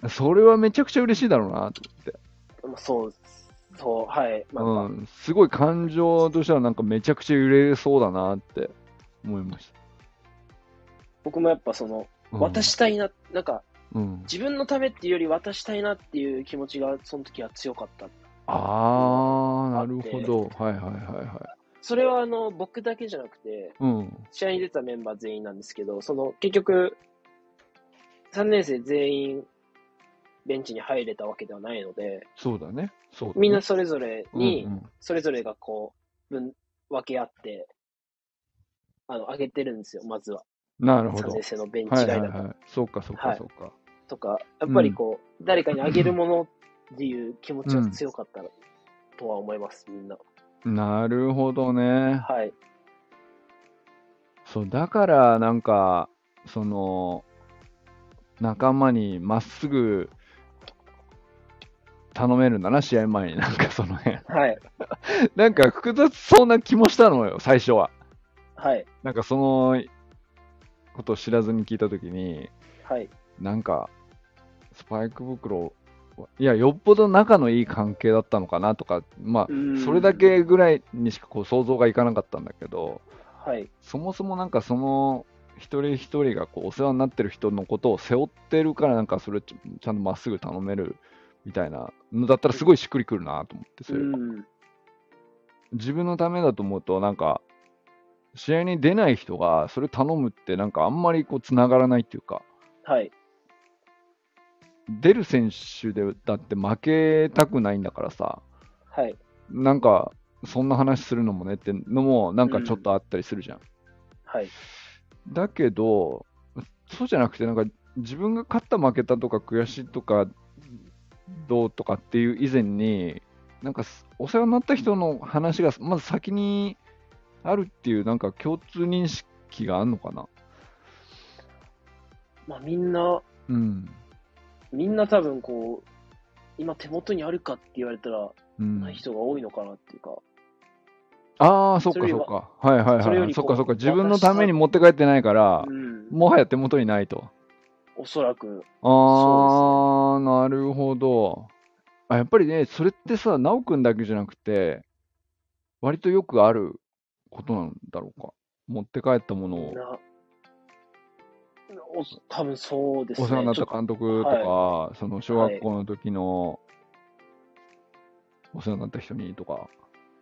Speaker 1: それはめちゃくちゃ嬉しいだろうなと
Speaker 2: い。まあそう、そう、はい。まあま
Speaker 1: 思
Speaker 2: あ
Speaker 1: って、うん、すごい感情としてはなんかめちゃくちゃ揺れそうだなって思いまし
Speaker 2: 僕もやっぱその、
Speaker 1: た。うん、
Speaker 2: 渡したいな、なんか、
Speaker 1: うん、
Speaker 2: 自分のためっていうより渡したいなっていう気持ちが、その時は強かった。
Speaker 1: あー、なるほど。はいはいはいはい。
Speaker 2: それはあの、僕だけじゃなくて、
Speaker 1: うん。
Speaker 2: 試合に出たメンバー全員なんですけど、その結局、3年生全員ベンチに入れたわけではないので、
Speaker 1: そうだね。そうだね
Speaker 2: みんなそれぞれに
Speaker 1: うんう、ん
Speaker 2: それぞれがこう、分、分け合って、あの、上げてるんですよ、まずは。
Speaker 1: なるほ
Speaker 2: 3
Speaker 1: ど。
Speaker 2: 年生のベンチ
Speaker 1: はい
Speaker 2: 外
Speaker 1: は
Speaker 2: だ
Speaker 1: い
Speaker 2: と,、
Speaker 1: はい。そうかそう
Speaker 2: は
Speaker 1: か
Speaker 2: い
Speaker 1: そうか。
Speaker 2: とか、やっぱりこう、誰かにあげるものっていう気持ちは強かったとは思います、みんな。
Speaker 1: なるほどね。
Speaker 2: はい。
Speaker 1: そう、だから、なんか、その、仲間にまっすぐ頼めるんだな、試合前に。なんかその辺。
Speaker 2: はい。
Speaker 1: なんか複雑そうな気もしたのよ、最初は。
Speaker 2: はい。
Speaker 1: なんかそのことを知らずに聞いたときに、
Speaker 2: はい。
Speaker 1: なんか、スパイク袋は、いや、よっぽど仲のいい関係だったのかなとか、まあ、それだ。けぐらいにしかこう想像がいかなかったんだけど、
Speaker 2: はい。
Speaker 1: そもそもなんかその一人一人がこうお世話になってる人のことを背負ってるからなんかそれちちゃんとまっすぐ頼めるみたいなのだったらすごいしっくりくるなと思って
Speaker 2: う
Speaker 1: それ
Speaker 2: ん。
Speaker 1: 自分のためだと思うとなんか試合に出ない人がそれ頼むってなんかあんまりこう繋がらないっていうか
Speaker 2: はい。
Speaker 1: 出る選手でだって負けたくないんだからさ
Speaker 2: はい。
Speaker 1: なんかそんな話するのもねってのもなんかちょっとあったりするじゃん
Speaker 2: はい。
Speaker 1: だけど、そうじゃなくて、なんか自分が勝った負けたとか悔しいとかどうとかっていう以前に、なんかすお世話になった人の話がまず先にあるっていう、なんか共通認識があるのかな。
Speaker 2: まあみんな、
Speaker 1: うん。
Speaker 2: みんな多分こう、今手元にあるかって言われたら、
Speaker 1: うん
Speaker 2: ない、人が多いのかなっていうか、
Speaker 1: ああ、そっ
Speaker 2: そ
Speaker 1: か
Speaker 2: れよ
Speaker 1: そ
Speaker 2: り
Speaker 1: っか。はいはい
Speaker 2: それ
Speaker 1: は
Speaker 2: よ
Speaker 1: い。
Speaker 2: り
Speaker 1: そ
Speaker 2: こ
Speaker 1: っ
Speaker 2: う
Speaker 1: かそっか。自分のために持って帰ってないから
Speaker 2: う、ん。
Speaker 1: もはや手元にないと。
Speaker 2: おそらく、
Speaker 1: ああ、なるほど。あ、やっぱりね、それってさ、なおくんだけじゃなくて、割とよくあることなんだろうか。持って帰ったものを、
Speaker 2: な、お多分そうです
Speaker 1: お
Speaker 2: ね。
Speaker 1: 世話になっ
Speaker 2: ちょ
Speaker 1: た監
Speaker 2: っと
Speaker 1: 督とか、その小学校の時のお世話になった人にとか。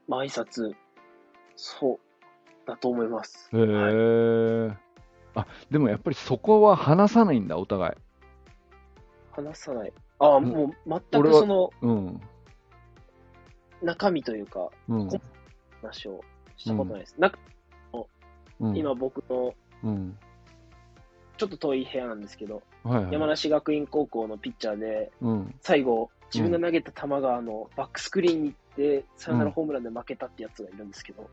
Speaker 2: まあ挨拶、そう、だと思います。
Speaker 1: へ
Speaker 2: はい
Speaker 1: え。あ、でもやっぱりそこは話さないんだ、お互い。
Speaker 2: 話さない。ああ、
Speaker 1: ん
Speaker 2: もう全
Speaker 1: 俺
Speaker 2: く
Speaker 1: は
Speaker 2: その
Speaker 1: うん。
Speaker 2: 中身というか、
Speaker 1: うん。
Speaker 2: 話をしたことないです。なんか
Speaker 1: うん。
Speaker 2: 今僕の
Speaker 1: うん。
Speaker 2: ちょっと遠い部屋なんですけど、
Speaker 1: はいはい。
Speaker 2: 山梨学院高校のピッチャーで、
Speaker 1: うん。
Speaker 2: 最後、自分が投げた球があのバックスクリーンに行って、サヨナラホームランで負けたってやつがいるんですけど、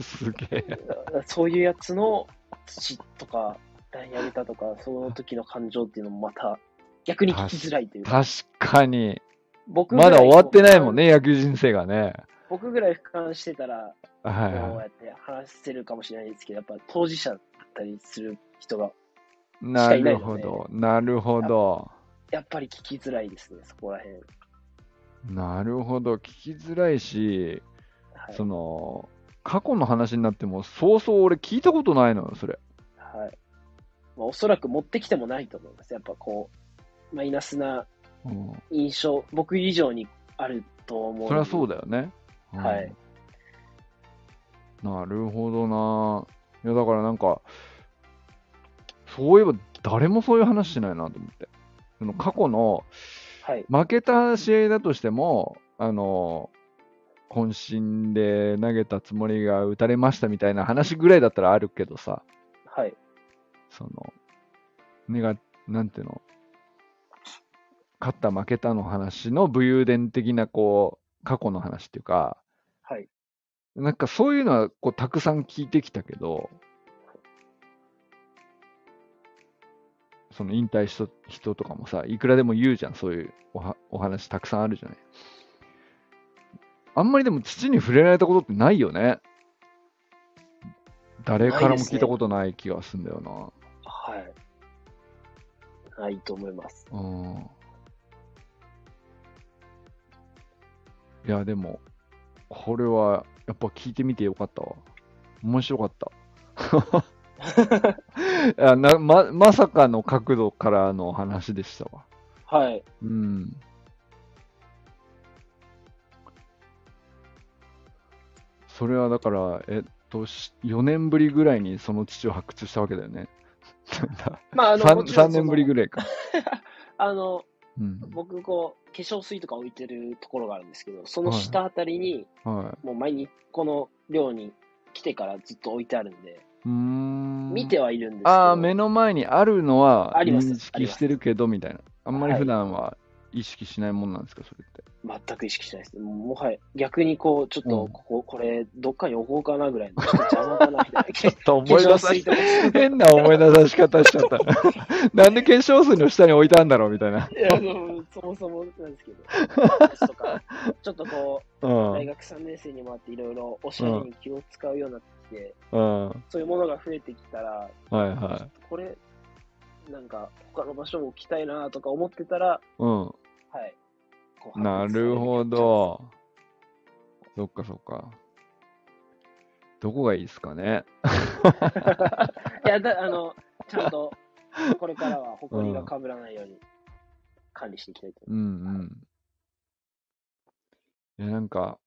Speaker 1: すげえ。
Speaker 2: そういうやつの土とか、台にあげたとか、その時の感情っていうのもまた、逆に聞きづらいというか、
Speaker 1: 確かに。
Speaker 2: 僕ぐら
Speaker 1: ま
Speaker 2: い
Speaker 1: だ終わってないもんね、野球人生がね。
Speaker 2: 僕ぐらい俯瞰してたら、
Speaker 1: はい
Speaker 2: こう
Speaker 1: は
Speaker 2: やって話せるかもしれないですけど、やっぱ当事者だったりする人が、
Speaker 1: い。なるほど、なるほど。
Speaker 2: やっぱり聞きづらいですね、そこら辺。
Speaker 1: なるほど。聞きづらいし、
Speaker 2: はい
Speaker 1: その、過去の話になっても、そうそう俺聞いたことないのよ、それ。
Speaker 2: はいまあ、おそらく持ってきてもないと思います。やっぱこう、マイナスな
Speaker 1: うん、
Speaker 2: 印象、僕以上にあると思う。
Speaker 1: そりゃそう
Speaker 2: だ。
Speaker 1: だよね。うん
Speaker 2: はい。
Speaker 1: なるほどな。いや、だからなんか、そういえば誰もそういう話しないなと思って。その過去の
Speaker 2: はい。
Speaker 1: 負けた試合だとしても、あの、渾身で投げたつもりが打たれましたみたいな話ぐらいだったらあるけどさ、
Speaker 2: はい。
Speaker 1: その、ネガ、なんていうの、勝った負けたの話の武勇伝的な、こう、過去の話っていうか、
Speaker 2: はい。
Speaker 1: なんかそういうのは、こう、たくさん聞いてきたけど、その引退した人とかもさ、いくらでも言うじゃん、そういうおはお話たくさんあるじゃない。あんまりでも土に触れられたことってないよね。誰からも聞いたことない気がするんだよな。
Speaker 2: はい。ないと思います。
Speaker 1: うんいや、でも、これはやっぱ聞いてみてよかったわ。面白か った。いやなままさかの角度からの話でしたわ。
Speaker 2: はい。
Speaker 1: うん。それはだから、えっと、4年ぶりぐらいにその父を発掘したわけだよね。
Speaker 2: まあ、あの、
Speaker 1: 3,
Speaker 2: もちろんその
Speaker 1: 年ぶりぐらいか。
Speaker 2: あの、
Speaker 1: うん。
Speaker 2: 僕、こう、化粧水とか置いてるところがあるんですけど、その下あたりに、
Speaker 1: はい。
Speaker 2: もう毎日この寮に来てからずっと置いてあるんで、
Speaker 1: うーん。
Speaker 2: 見てはいるんですけど、
Speaker 1: ああ、目の前にあるのは
Speaker 2: あります
Speaker 1: 認識してるけどみたいな。あんまり
Speaker 2: はい
Speaker 1: 普段は意識しないもんなんですか、それって。
Speaker 2: 全く意識してないです。もうもはや、逆にこう、ちょっと、
Speaker 1: うん
Speaker 2: ここ、これ、どっかに置こうかなぐらいの、ちょっと邪魔かな、 みたいな。
Speaker 1: ちょっと思い出さし、変な思い出さし方しちゃった。なんで化粧水の下に置いたんだろうみたい な。
Speaker 2: いや、あの、そもそもなんですけど、とかちょっとこ
Speaker 1: う
Speaker 2: う、大
Speaker 1: ん。
Speaker 2: 学3年生にもあって、いろいろおしゃれに気を使うようになってきて、
Speaker 1: うん。はい
Speaker 2: そういうものが増えてきたら、
Speaker 1: はい。
Speaker 2: これ、なんか、他の場所も置きたいなとか思ってたら、
Speaker 1: うん。
Speaker 2: はい。こう
Speaker 1: なるほ。ど。そっかそっか。どこがいいですかね。
Speaker 2: いや、だあの、ちゃ んと、これからは、埃が被らないように、管理していきたいと。
Speaker 1: うんうん。いや、なんか、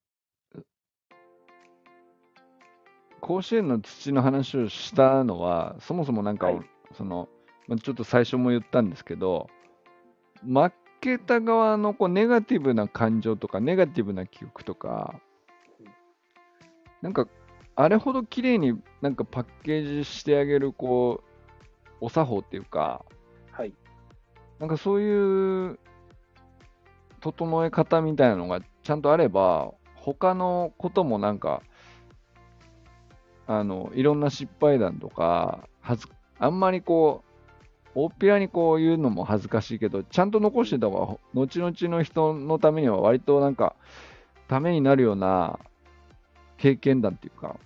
Speaker 1: 甲子園の土の話をしたのは、そもそもなんか、
Speaker 2: はい
Speaker 1: その、まあちょっと最初も言ったんですけど、負けた側のこうネガティブな感情とか、ネガティブな記憶とか
Speaker 2: うん、
Speaker 1: なんか、あれほど綺麗になんかパッケージしてあげる、こう、お作法っていうか、
Speaker 2: はい。
Speaker 1: なんかそういう整え方みたいなのがちゃんとあれば、他のこともなんか、あの、いろんな失敗談とか、恥ずあんまりこう、大っぴらにこう言うのも恥ずかしいけど、ちゃんと残してた方が、後々の人のためには割となんか、ためになるような経験談っていうか、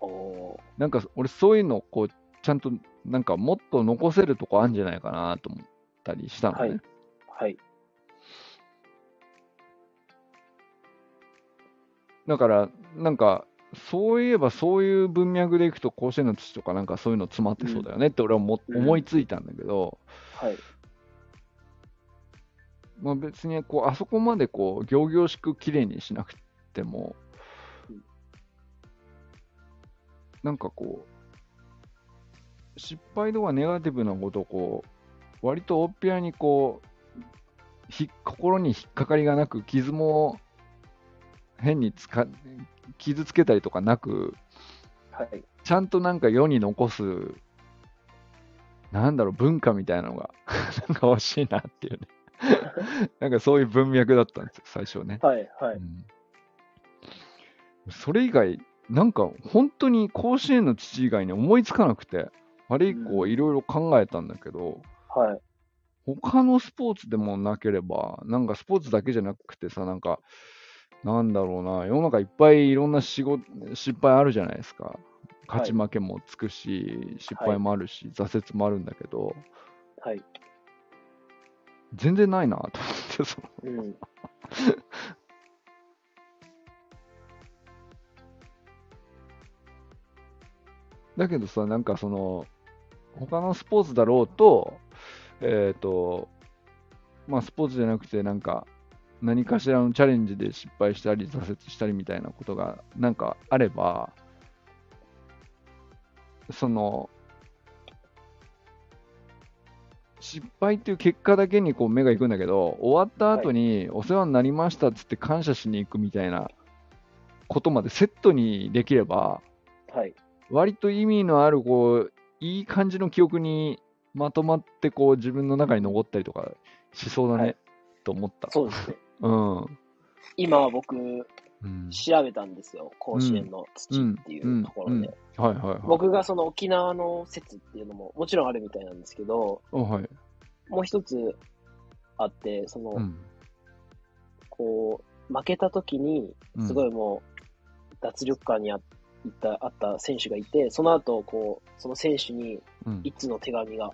Speaker 2: おー
Speaker 1: なんか俺そういうのをこう、ちゃんとなんかもっと残せるとこあるんじゃないかなと思ったりしたのね。
Speaker 2: はいはい。
Speaker 1: だから、なんか、そういえばそういう文脈でいくと、甲子園の土とかなんかそういうの詰まってそうだよねって俺はも、
Speaker 2: うん
Speaker 1: 思いついたんだけど、
Speaker 2: はい。
Speaker 1: まあ、別にこうあそこまでこう行々しく綺麗にしなくても
Speaker 2: うん、
Speaker 1: なんかこう、失敗とかネガティブなことをこう、割と大っぴらにこう、ひ心に引っかかりがなく、傷も変につか傷つけたりとかなく、
Speaker 2: はい。
Speaker 1: ちゃんとなんか世に残す、なんだろう、文化みたいなのが、 なんか欲しいなっていうね。なんかそういう文脈だったんですよ、最初ね。
Speaker 2: はい。は
Speaker 1: う
Speaker 2: い。
Speaker 1: んそれ以外、なんか本当に甲子園の父以外に思いつかなくて、あれ以降いろいろ考えたんだけど、
Speaker 2: はい。
Speaker 1: 他のスポーツでもなければ、なんかスポーツだけじゃなくてさ、なんか、なんだろうな、世の中いっぱいいろんな仕事失敗あるじゃないですか。勝ち負けもつくし、失敗もあるし、挫折もあるんだけど、
Speaker 2: はい。
Speaker 1: 全然ないなと思って、その
Speaker 2: うん。
Speaker 1: だけどさ、なんかその、他のスポーツだろうと、えっ、と、まあスポーツじゃなくて、なんか、何かしらのチャレンジで失敗したり、挫折したりみたいなことが、なんかあれば、その、失敗っていう結果だけにこう目が行くんだけど、終わった後にお世話になりましたっつって感謝しに行くみたいなことまでセットにできれば、
Speaker 2: はい。
Speaker 1: 割と意味のあるこういい感じの記憶にまとまってこう自分の中に残ったりとかしそうだね、
Speaker 2: はい
Speaker 1: と思った。
Speaker 2: そうですね。
Speaker 1: うん。
Speaker 2: 今、僕、
Speaker 1: うん
Speaker 2: 調べたんですよ。甲子園の土っていうところで。
Speaker 1: はいはいはい。
Speaker 2: 僕がその沖縄の説っていうのも、もちろんあるみたいなんですけど、
Speaker 1: あはい。
Speaker 2: もう一つあって、その、
Speaker 1: うん。
Speaker 2: こう、負けた時に、すご
Speaker 1: い。
Speaker 2: いもう、脱力感にあった、あった選手がいて、その後、こう、その選手に
Speaker 1: うん、
Speaker 2: 一通の手紙が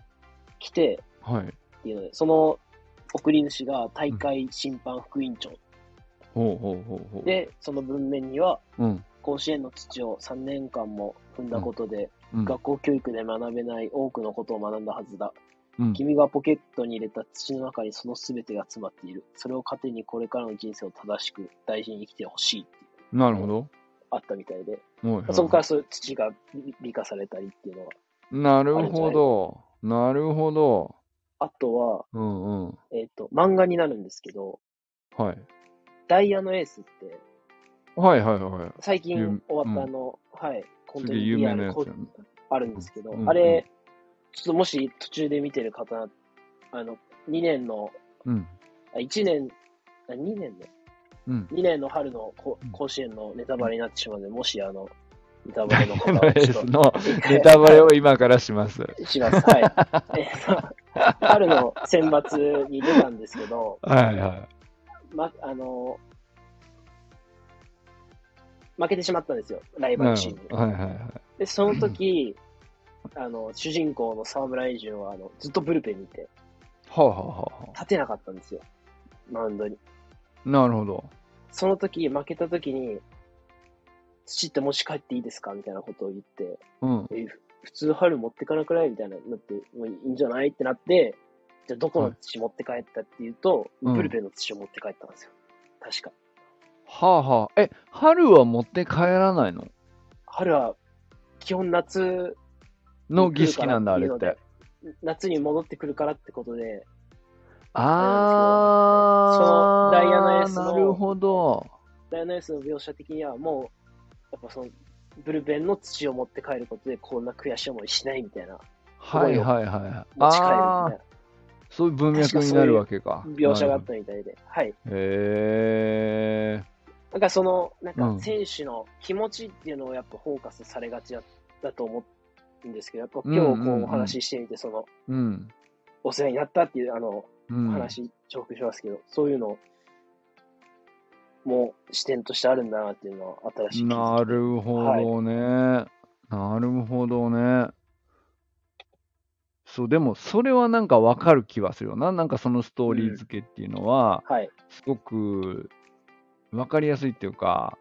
Speaker 2: 来て、
Speaker 1: はい。
Speaker 2: っていうので、その送り主が大会審判副委員長
Speaker 1: ほうほうほうほう。、
Speaker 2: で、その文面には、
Speaker 1: うん。
Speaker 2: 甲子園の土を3年間も踏んだことで、
Speaker 1: うん、
Speaker 2: 学校教育で学べない多くのことを学んだはずだ。
Speaker 1: うん、
Speaker 2: 君がポケットに入れた土の中にその全てが詰まっている。それを糧にこれからの人生を正しく大事に生きてほしいって
Speaker 1: なるほど。
Speaker 2: あったみたいで、
Speaker 1: はいはい
Speaker 2: そこからそういう土が美化されたりっていうの
Speaker 1: な
Speaker 2: が。
Speaker 1: るほど。なるほど。
Speaker 2: あとは、
Speaker 1: うんうん。
Speaker 2: えっ、と、漫画になるんですけど、
Speaker 1: はい。
Speaker 2: ダイヤのエースって、
Speaker 1: はいはいはい。
Speaker 2: 最
Speaker 1: 有
Speaker 2: 近
Speaker 1: 名
Speaker 2: 終わったあの、はい、本
Speaker 1: す
Speaker 2: 当
Speaker 1: げえ
Speaker 2: に
Speaker 1: 有
Speaker 2: リ
Speaker 1: 名
Speaker 2: ア
Speaker 1: な
Speaker 2: ル
Speaker 1: やつ
Speaker 2: こ
Speaker 1: やね。
Speaker 2: あるんですけど、
Speaker 1: うんうん
Speaker 2: あれ、ちょっともし途中で見てる方、あの、2年の、
Speaker 1: うん。
Speaker 2: あ1年、あ2年の、
Speaker 1: うん。
Speaker 2: 2年の春のこ
Speaker 1: うん
Speaker 2: 甲子園のネタバレになってしまうので、もし、あの、ネタバレの方
Speaker 1: この
Speaker 2: は
Speaker 1: エー
Speaker 2: ちょっ
Speaker 1: ス
Speaker 2: と
Speaker 1: のネタバレを今からします。
Speaker 2: します。はい。 えっと春の選抜に出たんですけど、
Speaker 1: はいは
Speaker 2: ま、あの、負けてしまったんですよ、ライ
Speaker 1: い。
Speaker 2: バ
Speaker 1: な
Speaker 2: ル
Speaker 1: る
Speaker 2: チー
Speaker 1: ほ
Speaker 2: ムに
Speaker 1: ど。はいはいはい。
Speaker 2: で、その時、あの、主人公の沢村英二は、あの、ずっとブルペンにいて、
Speaker 1: はあ、はあはあは
Speaker 2: 立てなかったんですよ、マウンドに。
Speaker 1: あ、なるほど。
Speaker 2: その時、負けた時に、土って持ち帰っていいですかみたいなことを言って、
Speaker 1: うん。
Speaker 2: え、ふ普通春持ってかなくないみたいな、なって、もういいんじゃないってなって、じゃあどこの土持って帰ったっていうと、
Speaker 1: うん
Speaker 2: ブルペンの土を持って帰ったんですよ。確か。
Speaker 1: はあはあ。え、春は持って帰らないの
Speaker 2: 春は、基本夏
Speaker 1: の儀式なんだ、あれって。。
Speaker 2: 夏に戻ってくるからってことで、
Speaker 1: あー。
Speaker 2: そのダイヤのエースの
Speaker 1: なるほど。
Speaker 2: ダイアナエースの描写的にはもう、やっぱその、ブルペンの土を持って帰ることで、こんな悔しい思いしないみたいな、
Speaker 1: はいはいはい。
Speaker 2: 持ち帰るみ
Speaker 1: あー
Speaker 2: たい。
Speaker 1: そういう文脈になるわけか。
Speaker 2: な描写があったみたいで、はい。
Speaker 1: なるほどへ
Speaker 2: なんかその、なん
Speaker 1: う
Speaker 2: か
Speaker 1: ん
Speaker 2: 選手の気持ちっていうのをやっぱフォーカスされがちだだと思うんですけど、やっぱ今日こ
Speaker 1: うんうんうん
Speaker 2: うお話ししてみて、その、
Speaker 1: ー。うん。
Speaker 2: お世話になったっていう、あの、
Speaker 1: うん、
Speaker 2: お話、重複しますけど、そういうのも視点としてあるんだなっていうのは新しい気づき
Speaker 1: なるほどね、なるほどね。そう、でもそれはなんかわかる気はするよな。なんかそのストーリー付けっていうのは、
Speaker 2: はい。
Speaker 1: すごくわかりやすいっていうか、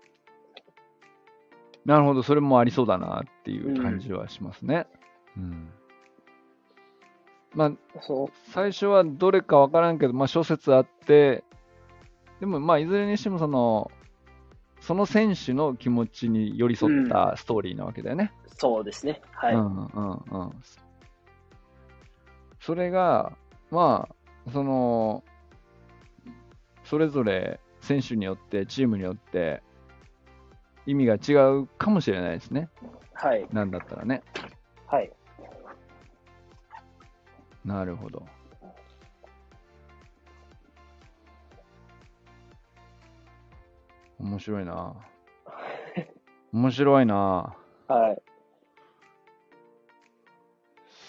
Speaker 1: なるほど、それもありそうだなっていう感じはしますね。うん。まあ、
Speaker 2: そ
Speaker 1: 最初はどれかわからんけど、まあ、諸説あって、でも、まあ、いずれにしてもその、その選手の気持ちに寄り添ったストーリーなわけだよね。
Speaker 2: うそうですね。はい。
Speaker 1: うんうんうん。それが、まあ、その、それぞれ選手によって、チームによって、意味が違うかもしれないですね。
Speaker 2: はい。
Speaker 1: なんだったらね。
Speaker 2: はい。
Speaker 1: なるほど。面白いな。面白いな。
Speaker 2: はい。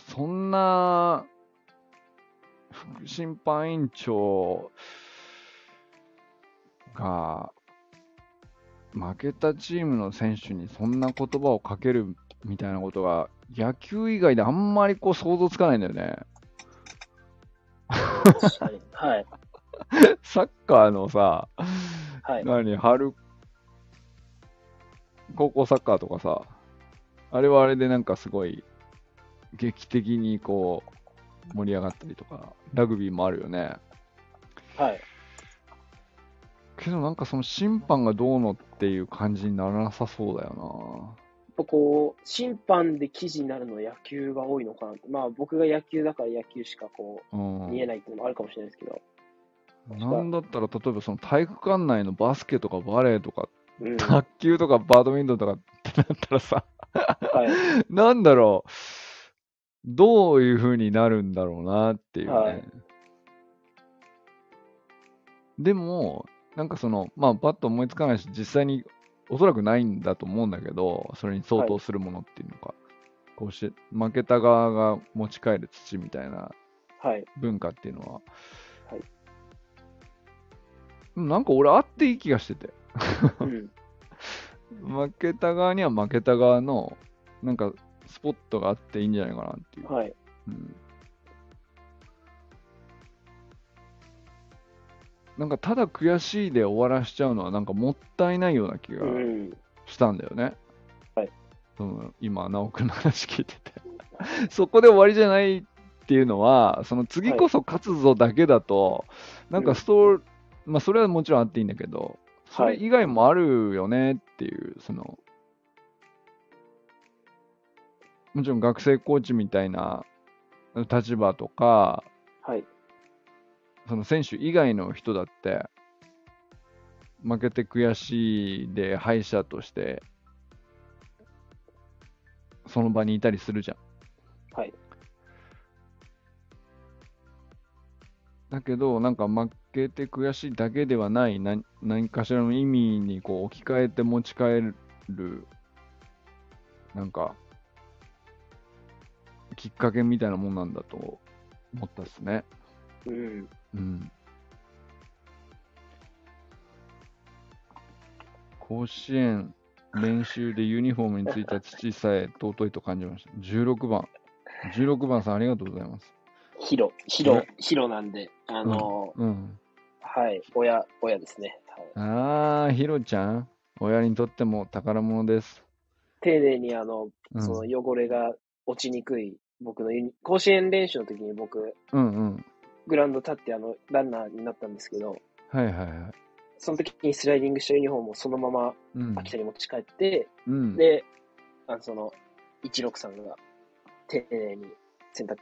Speaker 1: そんな、副審判委員長が、負けたチームの選手にそんな言葉をかけるみたいなことが、野球以外であんまりこう想像つかないんだよね。
Speaker 2: 確かに。はい。
Speaker 1: サッカーのさ、
Speaker 2: はい。
Speaker 1: 何春高校サッカーとかさあれはあれでなんかすごい劇的にこう盛り上がったりとかラグビーもあるよね
Speaker 2: はい。
Speaker 1: けどなんかその審判がどうのっていう感じにならなさそうだよ
Speaker 2: やっぱこう、審判で記事になるのは野球が多いのかなって。まあ僕が野球だから野球しかこ
Speaker 1: なう
Speaker 2: う、
Speaker 1: ん
Speaker 2: 見えないっていうのもあるかもしれないですけど。
Speaker 1: なんだったら例えばその体育館内のバスケとかバレーとか
Speaker 2: うん。は
Speaker 1: 卓球とかバドミントンとかってなったらさ
Speaker 2: い。
Speaker 1: なんだろう、どういう風になるんだろうなっていうね。
Speaker 2: はい
Speaker 1: でも、なんかその、まあ、パッと思いつかないし、実際におそらくないんだと思うんだけど、それに相当するものっていうのか、こうし負けた側が持ち帰る土みたいな
Speaker 2: はい。
Speaker 1: 文化っていうのは、
Speaker 2: はい
Speaker 1: でもなんか俺、あっていい気がしてて。
Speaker 2: うん。
Speaker 1: 負けた側には負けた側の、なんか、スポットがあっていいんじゃないかなっていう。
Speaker 2: はい。
Speaker 1: うんなんかただ悔しいで終わらしちゃうのはなんかもったいないような気が
Speaker 2: うん。
Speaker 1: したんだよね。
Speaker 2: はい
Speaker 1: うん、今、直君の話聞いて て。そこで終わりじゃないっていうのは、その次こそ勝つぞだけだと、なんかストーリー、まあそれはもちろんあっていいんだけど、そ
Speaker 2: は
Speaker 1: れ
Speaker 2: い。
Speaker 1: 以外もあるよねっていう、その、もちろん学生コーチみたいな立場とか、
Speaker 2: はい。
Speaker 1: その選手以外の人だって、負けて悔しいで敗者として、その場にいたりするじゃん。
Speaker 2: はい。
Speaker 1: だけど、なんか負けて悔しいだけではない、何何かしらの意味にこう置き換えて持ち帰る、なんか、きっかけみたいなもんなんだと思ったっすね。
Speaker 2: うん。
Speaker 1: うん。甲子園練習でユニフォームについた土さえ尊いと感じました。16番。16番さんありがとうございます。
Speaker 2: ヒロ、ヒロ、ヒロなんで、あの
Speaker 1: うん。
Speaker 2: ーはい、親、親ですね。は
Speaker 1: あ
Speaker 2: い
Speaker 1: ー、ひろちゃん。親にとっても宝物です。
Speaker 2: 丁寧にあの、
Speaker 1: うん、
Speaker 2: その汚れが落ちにくい、僕のユニ、甲子園練習の時に僕、
Speaker 1: うんうん。
Speaker 2: グラウンド立ってあの、ランナーになったんですけど、
Speaker 1: はいはいはい。
Speaker 2: その時にスライディングしたユニフォームをそのまま
Speaker 1: うん。
Speaker 2: 秋田に持ち帰って、
Speaker 1: うん、
Speaker 2: で、あのその、16さんが丁寧に洗濯、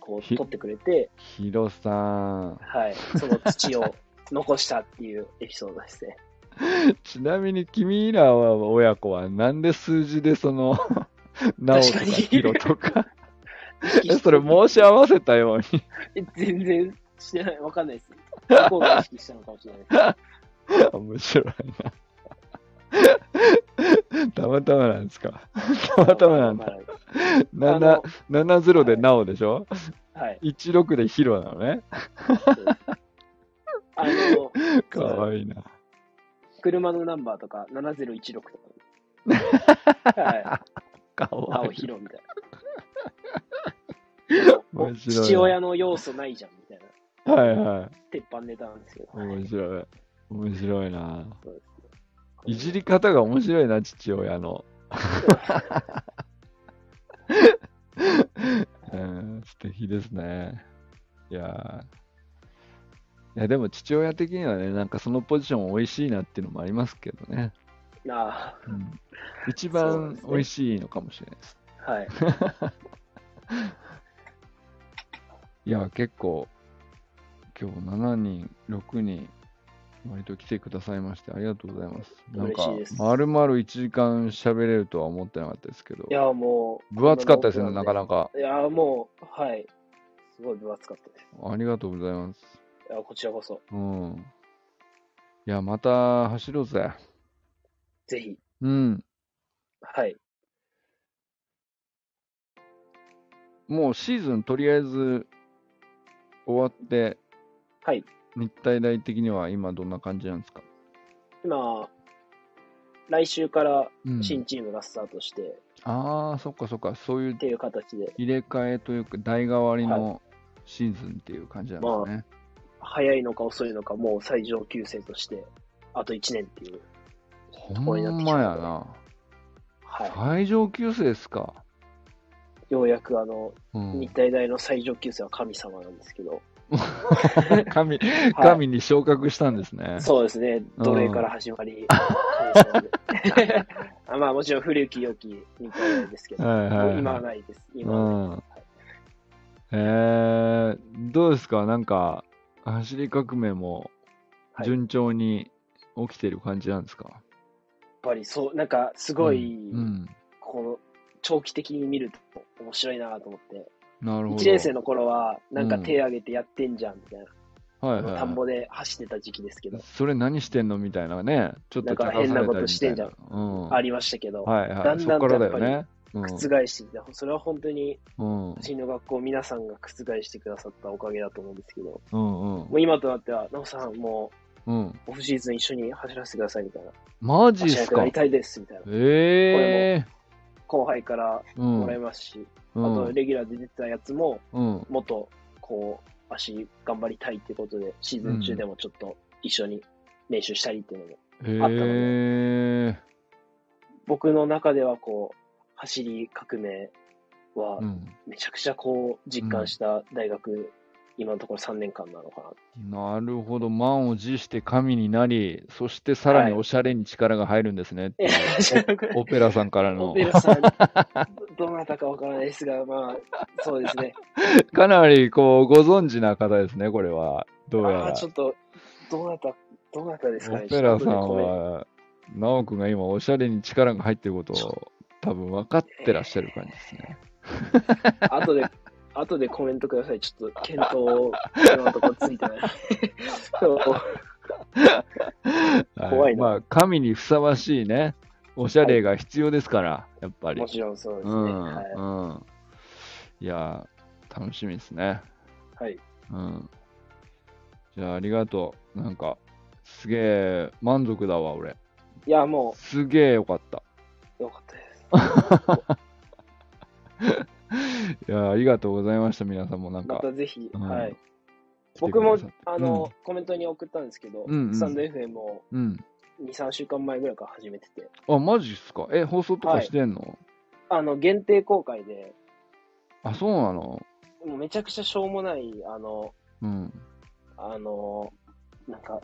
Speaker 2: こう、
Speaker 1: ひ
Speaker 2: 取ってくれて、
Speaker 1: ひろさん。
Speaker 2: はい、その土を残したっていうエピソードですね。
Speaker 1: ちなみに君らは親子はなんで数字でその、 なおとか
Speaker 2: 確かに
Speaker 1: ひろと か。 えそれ申し合わせたように。
Speaker 2: え全然してない。わかんな いです。向こうが意識したのかもしれないです。
Speaker 1: 面白いな。たまたまなんですか。たまたまなん
Speaker 2: わ
Speaker 1: だ。
Speaker 2: からないですあ
Speaker 1: 7
Speaker 2: の
Speaker 1: 70でなおでしょ、
Speaker 2: はい。
Speaker 1: ?16 でヒロなのね。
Speaker 2: そうですあの、
Speaker 1: かわいいな。
Speaker 2: 車のナンバーとか7016とか。はい。
Speaker 1: かわ
Speaker 2: 青
Speaker 1: いい。
Speaker 2: 広みたいな。
Speaker 1: 面白いな
Speaker 2: 父親の要素ないじゃんみたいな。
Speaker 1: はいはい。
Speaker 2: 鉄板ネタなんですけど。
Speaker 1: 面白い。面白いな。
Speaker 2: そうです
Speaker 1: いじり方が面白いな、父親 の。うん、素敵ですね。いやーいやでも父親的にはね、なんかそのポジション美味しいなっていうのもありますけどね。
Speaker 2: な
Speaker 1: うん、一
Speaker 2: そう
Speaker 1: 番
Speaker 2: ですね
Speaker 1: 美味しいのかもしれないです。
Speaker 2: あ、はい。
Speaker 1: いや、結構、今日7人、6人、割と来てくださいまして、ありがとうございます。なんか
Speaker 2: 嬉しいで、す
Speaker 1: まるまる1時間喋れるとは思ってなかったですけど
Speaker 2: い、や、もう。
Speaker 1: 分厚かったですね、
Speaker 2: こん
Speaker 1: なか
Speaker 2: の
Speaker 1: なか。
Speaker 2: いや、もう、はい。すごい分厚かったです。
Speaker 1: ありがとうございます。
Speaker 2: いや、こちらこそ、
Speaker 1: うん。いや、また走ろうぜ。
Speaker 2: ぜひ。
Speaker 1: うん。
Speaker 2: はい。
Speaker 1: もうシーズンとりあえず終わって、
Speaker 2: はい。
Speaker 1: 日体大的には今どんな感じなんですか
Speaker 2: 今、来週から
Speaker 1: うん。
Speaker 2: 新チームがスタートして、っ
Speaker 1: ああ、そっかそっか。そういう
Speaker 2: ていう形で、
Speaker 1: 入れ替えというか、代替わりのシーズンっていう感じなんですね。
Speaker 2: 早いのか遅いのか、もう最上級生として、あと1年っていう。
Speaker 1: ほんまやな。
Speaker 2: は
Speaker 1: 最上級生ですか。
Speaker 2: い。ようやく、あの、
Speaker 1: うん
Speaker 2: 日、体大の最上級生は神様なんですけ ど、
Speaker 1: 神神に昇格したんですね。
Speaker 2: そうですね、奴隷から始まり、神様で あまあもちろん古き良き日体大ですけど、
Speaker 1: はいはいはい
Speaker 2: 今はないです。今は
Speaker 1: う
Speaker 2: ない
Speaker 1: んえー、どうですかなんか、走り革命も
Speaker 2: はい
Speaker 1: 順調に起きてる感じなんですか、
Speaker 2: やっぱりそう、なんかすごい、
Speaker 1: うん。
Speaker 2: この長期的に見ると面白いなと思って、
Speaker 1: うんなるほど。
Speaker 2: 1年生の頃は、なんか手挙げてやってんじゃんみたいな、
Speaker 1: はいはい
Speaker 2: 田ん
Speaker 1: は
Speaker 2: ぼで走ってた時期ですけど、
Speaker 1: い。それ何してんのみたいなね。ちょっと
Speaker 2: なんか
Speaker 1: 茶化されたり
Speaker 2: 変なことしてんじゃん
Speaker 1: みたいなうん。
Speaker 2: ありましたけど、
Speaker 1: はいはい。
Speaker 2: だんだんと
Speaker 1: そっからだよ
Speaker 2: や
Speaker 1: ね。うん
Speaker 2: 覆してきた、それは本当に、
Speaker 1: うん。
Speaker 2: うちの学校、皆さんが覆してくださったおかげだと思うんですけど、も
Speaker 1: うんうん
Speaker 2: う今となっては、なおさん、も
Speaker 1: うん。
Speaker 2: うオフシーズン一緒に走らせてくださいみたいな、
Speaker 1: マジっ
Speaker 2: 走ら
Speaker 1: す
Speaker 2: せてや
Speaker 1: か
Speaker 2: りたいですみたいな、
Speaker 1: ええ
Speaker 2: 後輩から
Speaker 1: ー。うん
Speaker 2: もらいますし、
Speaker 1: う
Speaker 2: あと
Speaker 1: ん。
Speaker 2: レギュラーで出てたやつも、
Speaker 1: うん。
Speaker 2: もっとこう、足頑張りたいってことで、シーズン中でもちょっと一緒に練習したりっていうのも、
Speaker 1: へ
Speaker 2: あったの
Speaker 1: え
Speaker 2: 僕の中ではこう、走り革命は
Speaker 1: ー。うん。
Speaker 2: めちゃくちゃこう、実感した大学、今のところ3年間なのかな。
Speaker 1: なるほど、満を持して神になり、そしてさらに
Speaker 2: はい
Speaker 1: おしゃれに力が入るんですね、
Speaker 2: え
Speaker 1: オペラさんから
Speaker 2: オ
Speaker 1: の
Speaker 2: ペ。ラさん、どどなたかわからないですが、まあ、そうですね。
Speaker 1: かなりこうご存知な方ですね、これは。どうや
Speaker 2: ああー、
Speaker 1: ら。
Speaker 2: ちょっと、どなた、どなたですかね。
Speaker 1: オペラさん
Speaker 2: ちょっとごめん
Speaker 1: は、ナオ君が今おしゃれに力 が入っていることを多分分かってらっしゃる感じですね。
Speaker 2: 後で後でコメントください。ちょっと、検討、今のところついて ない。そう怖いな
Speaker 1: まあ、神にふさわしいね、おしゃれが必要ですから、やっぱり。
Speaker 2: もちろんそうです
Speaker 1: う
Speaker 2: ね。
Speaker 1: ん、
Speaker 2: はい
Speaker 1: うん。いやー、楽しみですね。
Speaker 2: はい。
Speaker 1: うん。じゃあ、ありがとう。なんか、すげえ、満足だわ、俺。
Speaker 2: いや、も
Speaker 1: すげえよかった。
Speaker 2: う、よかったです。
Speaker 1: いやーありがとうございました、皆さんもなん
Speaker 2: ま
Speaker 1: か。
Speaker 2: たぜひ、
Speaker 1: うん
Speaker 2: はい。
Speaker 1: 来て
Speaker 2: 僕
Speaker 1: くだ
Speaker 2: も
Speaker 1: さって、
Speaker 2: あの、コメントに送ったんですけど、
Speaker 1: うんうん
Speaker 2: スタンド FM を
Speaker 1: うん。うん
Speaker 2: 2、3週間前ぐらいから始めてて、
Speaker 1: あ、マジっすかえ、放送とかしてんの、
Speaker 2: あの、限定公開で、
Speaker 1: あ、そうなの
Speaker 2: もうめちゃくちゃしょうもない、あの、
Speaker 1: うん。
Speaker 2: あの、なんか、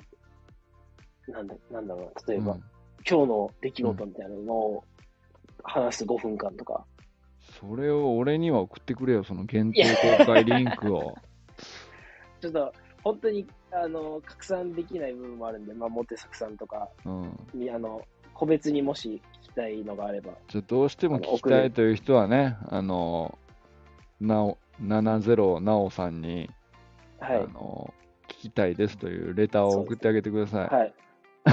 Speaker 2: なんだなんだろうな、例えば、
Speaker 1: うん
Speaker 2: 今日の出来事みたいなのを話す5分間とか、
Speaker 1: それを俺には送ってくれよ、その限定公開リンクを。
Speaker 2: ちょっと本当にあの拡散できない部分もあるんで、まあ、モテサクさんとか
Speaker 1: うん。
Speaker 2: にあの個別にもし聞きたいのがあれば、
Speaker 1: じゃあどうしても聞きたいという人はね、あの、なお、70なおさんに、
Speaker 2: はい
Speaker 1: あ、の、聞きたいですというレターを送ってあげてください。
Speaker 2: はい、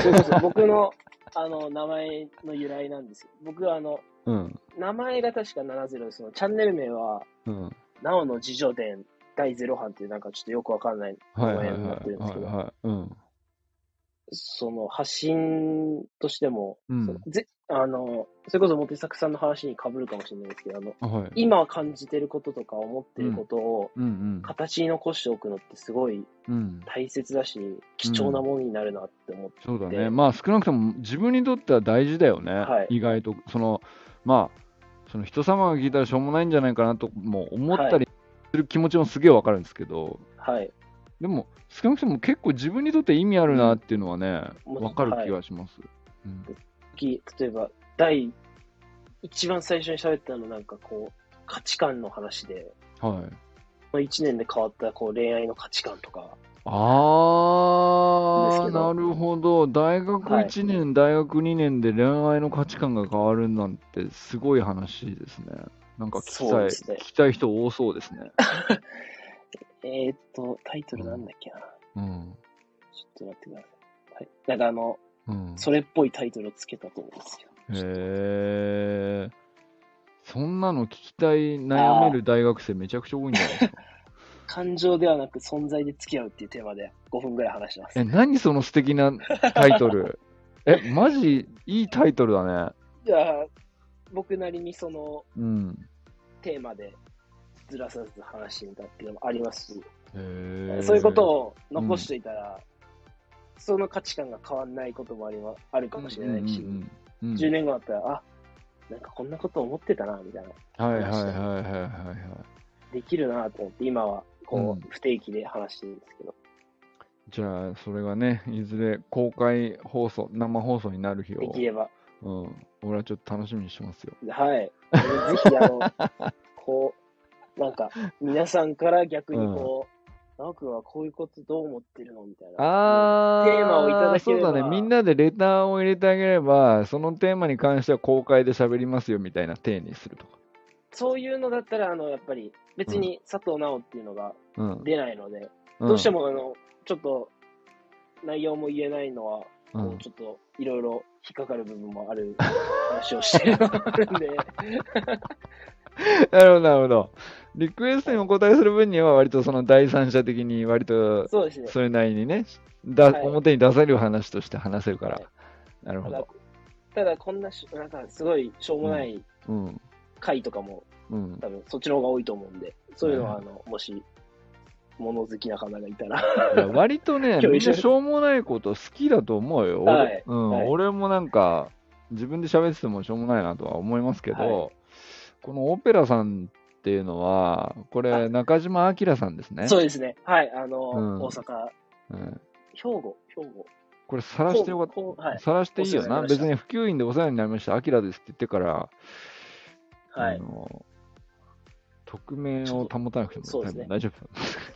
Speaker 2: そうそうそう僕の あの名前の由来なんですよ。僕はあの
Speaker 1: うん。
Speaker 2: 名前が確か70ですそのチャンネル名は、
Speaker 1: うん。
Speaker 2: なおの自助伝第0班っていう、なんかちょっとよくわかんない
Speaker 1: はい
Speaker 2: 名
Speaker 1: はい
Speaker 2: 前
Speaker 1: はい
Speaker 2: になってるんです
Speaker 1: は
Speaker 2: け
Speaker 1: い
Speaker 2: ど、
Speaker 1: はい。うん。
Speaker 2: その発信としても、
Speaker 1: うん
Speaker 2: そのぜあのそれこそモテサクさんの話にかぶるかもしれないですけど、あの
Speaker 1: あはい。
Speaker 2: 今感じてることとか思ってることを
Speaker 1: うん
Speaker 2: 形に残しておくのってすごい
Speaker 1: うん。うん。
Speaker 2: 大切だし、貴重なものになるなって思って、
Speaker 1: そうだ
Speaker 2: で
Speaker 1: ね。まあ少なくとも自分にとっては大事だよね。
Speaker 2: はい
Speaker 1: 意外と、その、まあ、その人様が聞いたらしょうもないんじゃないかなとも思ったりする気持ちもすげえわかるんですけど、
Speaker 2: はい。
Speaker 1: でも少なくとも結構自分にとって意味あるなっていうのはね、
Speaker 2: うん
Speaker 1: わかる気がします。うん
Speaker 2: き例えば、第、一番最初に喋ったのなんかこう、価値観の話で、
Speaker 1: はい。
Speaker 2: この1年で変わったこう恋愛の価値観とか、
Speaker 1: あー、
Speaker 2: ですけ
Speaker 1: な
Speaker 2: ど
Speaker 1: るほど。大学
Speaker 2: はい
Speaker 1: 1年、大学2年で恋愛の価値観が変わるなんてすごい話ですね。なんか聞き
Speaker 2: そう
Speaker 1: たい、
Speaker 2: ですね
Speaker 1: 聞きたい人多そう ですね。
Speaker 2: えー、っと、タイトルなんだっけな。
Speaker 1: うん。
Speaker 2: ちょっと待ってください。はい。なんかあの、
Speaker 1: うん、
Speaker 2: それっぽいタイトルをつけたと思うんですけど。
Speaker 1: へえ。そんなの聞きたい、悩める大学生めちゃくちゃ多いんじゃないですか。
Speaker 2: 感情ではなく存在で付き合うっていうテーマで5分ぐらい話してます
Speaker 1: え、。何その素敵なタイトル。 え、マジいいタイトルだね。
Speaker 2: いや、僕なりにその
Speaker 1: うん。
Speaker 2: テーマでずらさず話してみたっていうのもありますし、
Speaker 1: へえ。
Speaker 2: そういうことを残していたら、その価値観が変わんないこともありまあるかもしれないし、
Speaker 1: うんうんうんうん
Speaker 2: 10年後だったら、あなんかこんなこと思ってたな、みたいな、
Speaker 1: はいはいはいはいはいはい。
Speaker 2: できるなと思って、今はこ
Speaker 1: う
Speaker 2: う不定期で話してるんですけど、
Speaker 1: じゃあ、それがね、いずれ公開放送、生放送になる日
Speaker 2: で
Speaker 1: を
Speaker 2: き、れば、
Speaker 1: うん、俺はちょっと楽しみにしてますよ。
Speaker 2: はい、ぜひ、あの、 こう、なんか、皆さんから逆にこう、なおくんはこういうことどう思ってるのみたいな。
Speaker 1: あー、
Speaker 2: テーマをいただければ
Speaker 1: そうだね、みんなでレターを入れてあげれば、そのテーマに関しては公開で喋りますよみたいな体にするとか。
Speaker 2: そういうのだったら、あの、やっぱり、別に佐藤直っていうのが
Speaker 1: うん、
Speaker 2: 出ないので、どうして
Speaker 1: も、
Speaker 2: も、あの、ちょっと、内容も言えないのは、
Speaker 1: う
Speaker 2: こうんちょっと、いろいろ引っかかる部分もあ る話をしてるのがあるんで、
Speaker 1: なるほど、なるほど。リクエストにお答えする分には、割とその第三者的に、割と
Speaker 2: そうですね。
Speaker 1: それなりにね、だ
Speaker 2: はい
Speaker 1: 表に出せる話として話せるから。
Speaker 2: はい
Speaker 1: なる
Speaker 2: た
Speaker 1: ほ
Speaker 2: だ
Speaker 1: ど。、
Speaker 2: ただこんなし、なんか、すごい、しょうもない
Speaker 1: うん。
Speaker 2: 回とかも、
Speaker 1: うん。
Speaker 2: 多分、そっちの方が多いと思うんで、そういうのは、あ
Speaker 1: は
Speaker 2: の、もし、物好きな方がいたら、
Speaker 1: いや割と ね、
Speaker 2: 今日
Speaker 1: みん
Speaker 2: 一緒
Speaker 1: な
Speaker 2: です
Speaker 1: しょうもないこと好きだと思うよ。
Speaker 2: は
Speaker 1: 俺
Speaker 2: い
Speaker 1: うん
Speaker 2: はい
Speaker 1: 俺もなんか、自分で喋っててもしょうもないなとは思いますけど、
Speaker 2: は
Speaker 1: このオペラさんっていうのは、こ
Speaker 2: は
Speaker 1: れ、中島明さんですね。
Speaker 2: そうですね。はい、あの、
Speaker 1: うん
Speaker 2: 大阪、
Speaker 1: うん
Speaker 2: 兵庫、兵庫。
Speaker 1: これ、さらしてよかった。
Speaker 2: こうはい。
Speaker 1: さらしていいよな。
Speaker 2: お世話になりました
Speaker 1: 別に普及員でお世話になりました、明ですって言ってから、
Speaker 2: は
Speaker 1: あ
Speaker 2: い。
Speaker 1: の匿名を保たなくても
Speaker 2: そうですね
Speaker 1: 多分大丈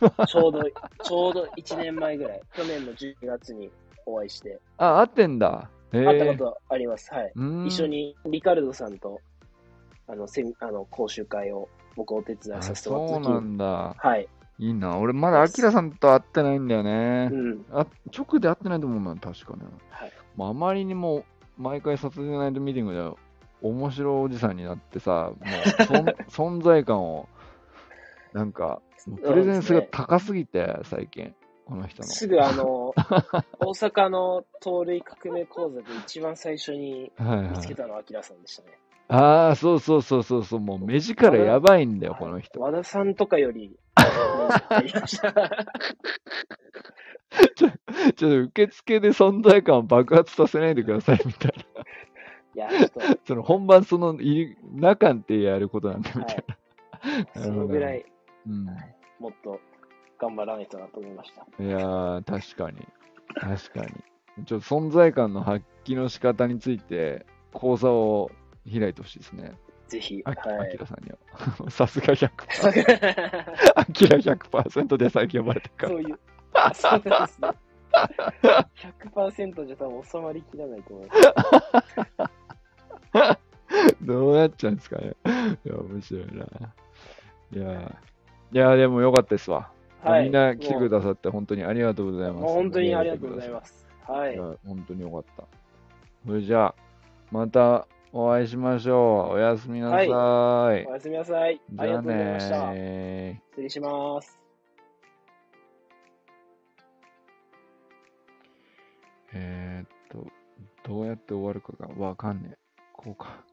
Speaker 1: 夫。
Speaker 2: ちょうど、ちょうど1年前ぐらい、去年の10月にお会いして、
Speaker 1: あ、合ってんだ。へえ
Speaker 2: 会ったことあります。はい。
Speaker 1: うん
Speaker 2: 一緒にリカルドさんと、あの、セミあの講習会を僕お手伝いさせても
Speaker 1: そ
Speaker 2: ら
Speaker 1: う
Speaker 2: った時
Speaker 1: なん
Speaker 2: に。
Speaker 1: だ。
Speaker 2: はい。
Speaker 1: いいな。俺まだアキラさんと会ってないんだよね
Speaker 2: う。ん。
Speaker 1: あ直で会ってないと思うな、確かね。
Speaker 2: はい
Speaker 1: まあ、あまりにも毎回サタデーナイトミーティングで面白おじさんになってさ、もう そん存在感を、なんか、プレゼンスが高すぎて、最近、この人の。
Speaker 2: すぐ あの、大阪の盗塁革命講座で一番最初に
Speaker 1: はい
Speaker 2: 見つけ
Speaker 1: は
Speaker 2: たのはアキラさんでしたね。
Speaker 1: い、ああ、そうそうそうそうそう、もう目力やばいんだよ、この人。
Speaker 2: 和田さんとか より、ありました。
Speaker 1: ちょっと受付で存在感を爆発させないでくださいみたいな。
Speaker 2: いや、ちょっと、は
Speaker 1: その本番その入り中でやることなんだみたい
Speaker 2: い。
Speaker 1: な
Speaker 2: そのぐらい、
Speaker 1: な。
Speaker 2: もっと頑張らないとなと思いました。
Speaker 1: うん、いやー、確かに。確かに。ちょっと存在感の発揮の仕方について、講座を開いてほしいですね。
Speaker 2: ぜひ、
Speaker 1: あ
Speaker 2: は
Speaker 1: きあき
Speaker 2: い。
Speaker 1: らさんには。 さすが100%。あきら100%で最近呼ばれてるか
Speaker 2: そ
Speaker 1: ら。
Speaker 2: ういう、あそうですね。100%じゃ多分収まりきらないと思い ます。
Speaker 1: どうなっちゃうんですかね。いや、面白いな。いやー、いやーでもよかったですわ。
Speaker 2: はい。
Speaker 1: みんな来てく
Speaker 2: だ
Speaker 1: ださって本当にありがとうござい
Speaker 2: さ
Speaker 1: ます。
Speaker 2: もう本当にありがとうございます。はいい
Speaker 1: や。本当によかった。それじゃあ、またお会いしましょう。おやすみなさい。
Speaker 2: おやすみなさい。あり
Speaker 1: じゃ
Speaker 2: が
Speaker 1: あ
Speaker 2: とうございました。
Speaker 1: ねー。
Speaker 2: 失礼します。
Speaker 1: えーっと、どうやって終わるかがわかんねえ。こうか。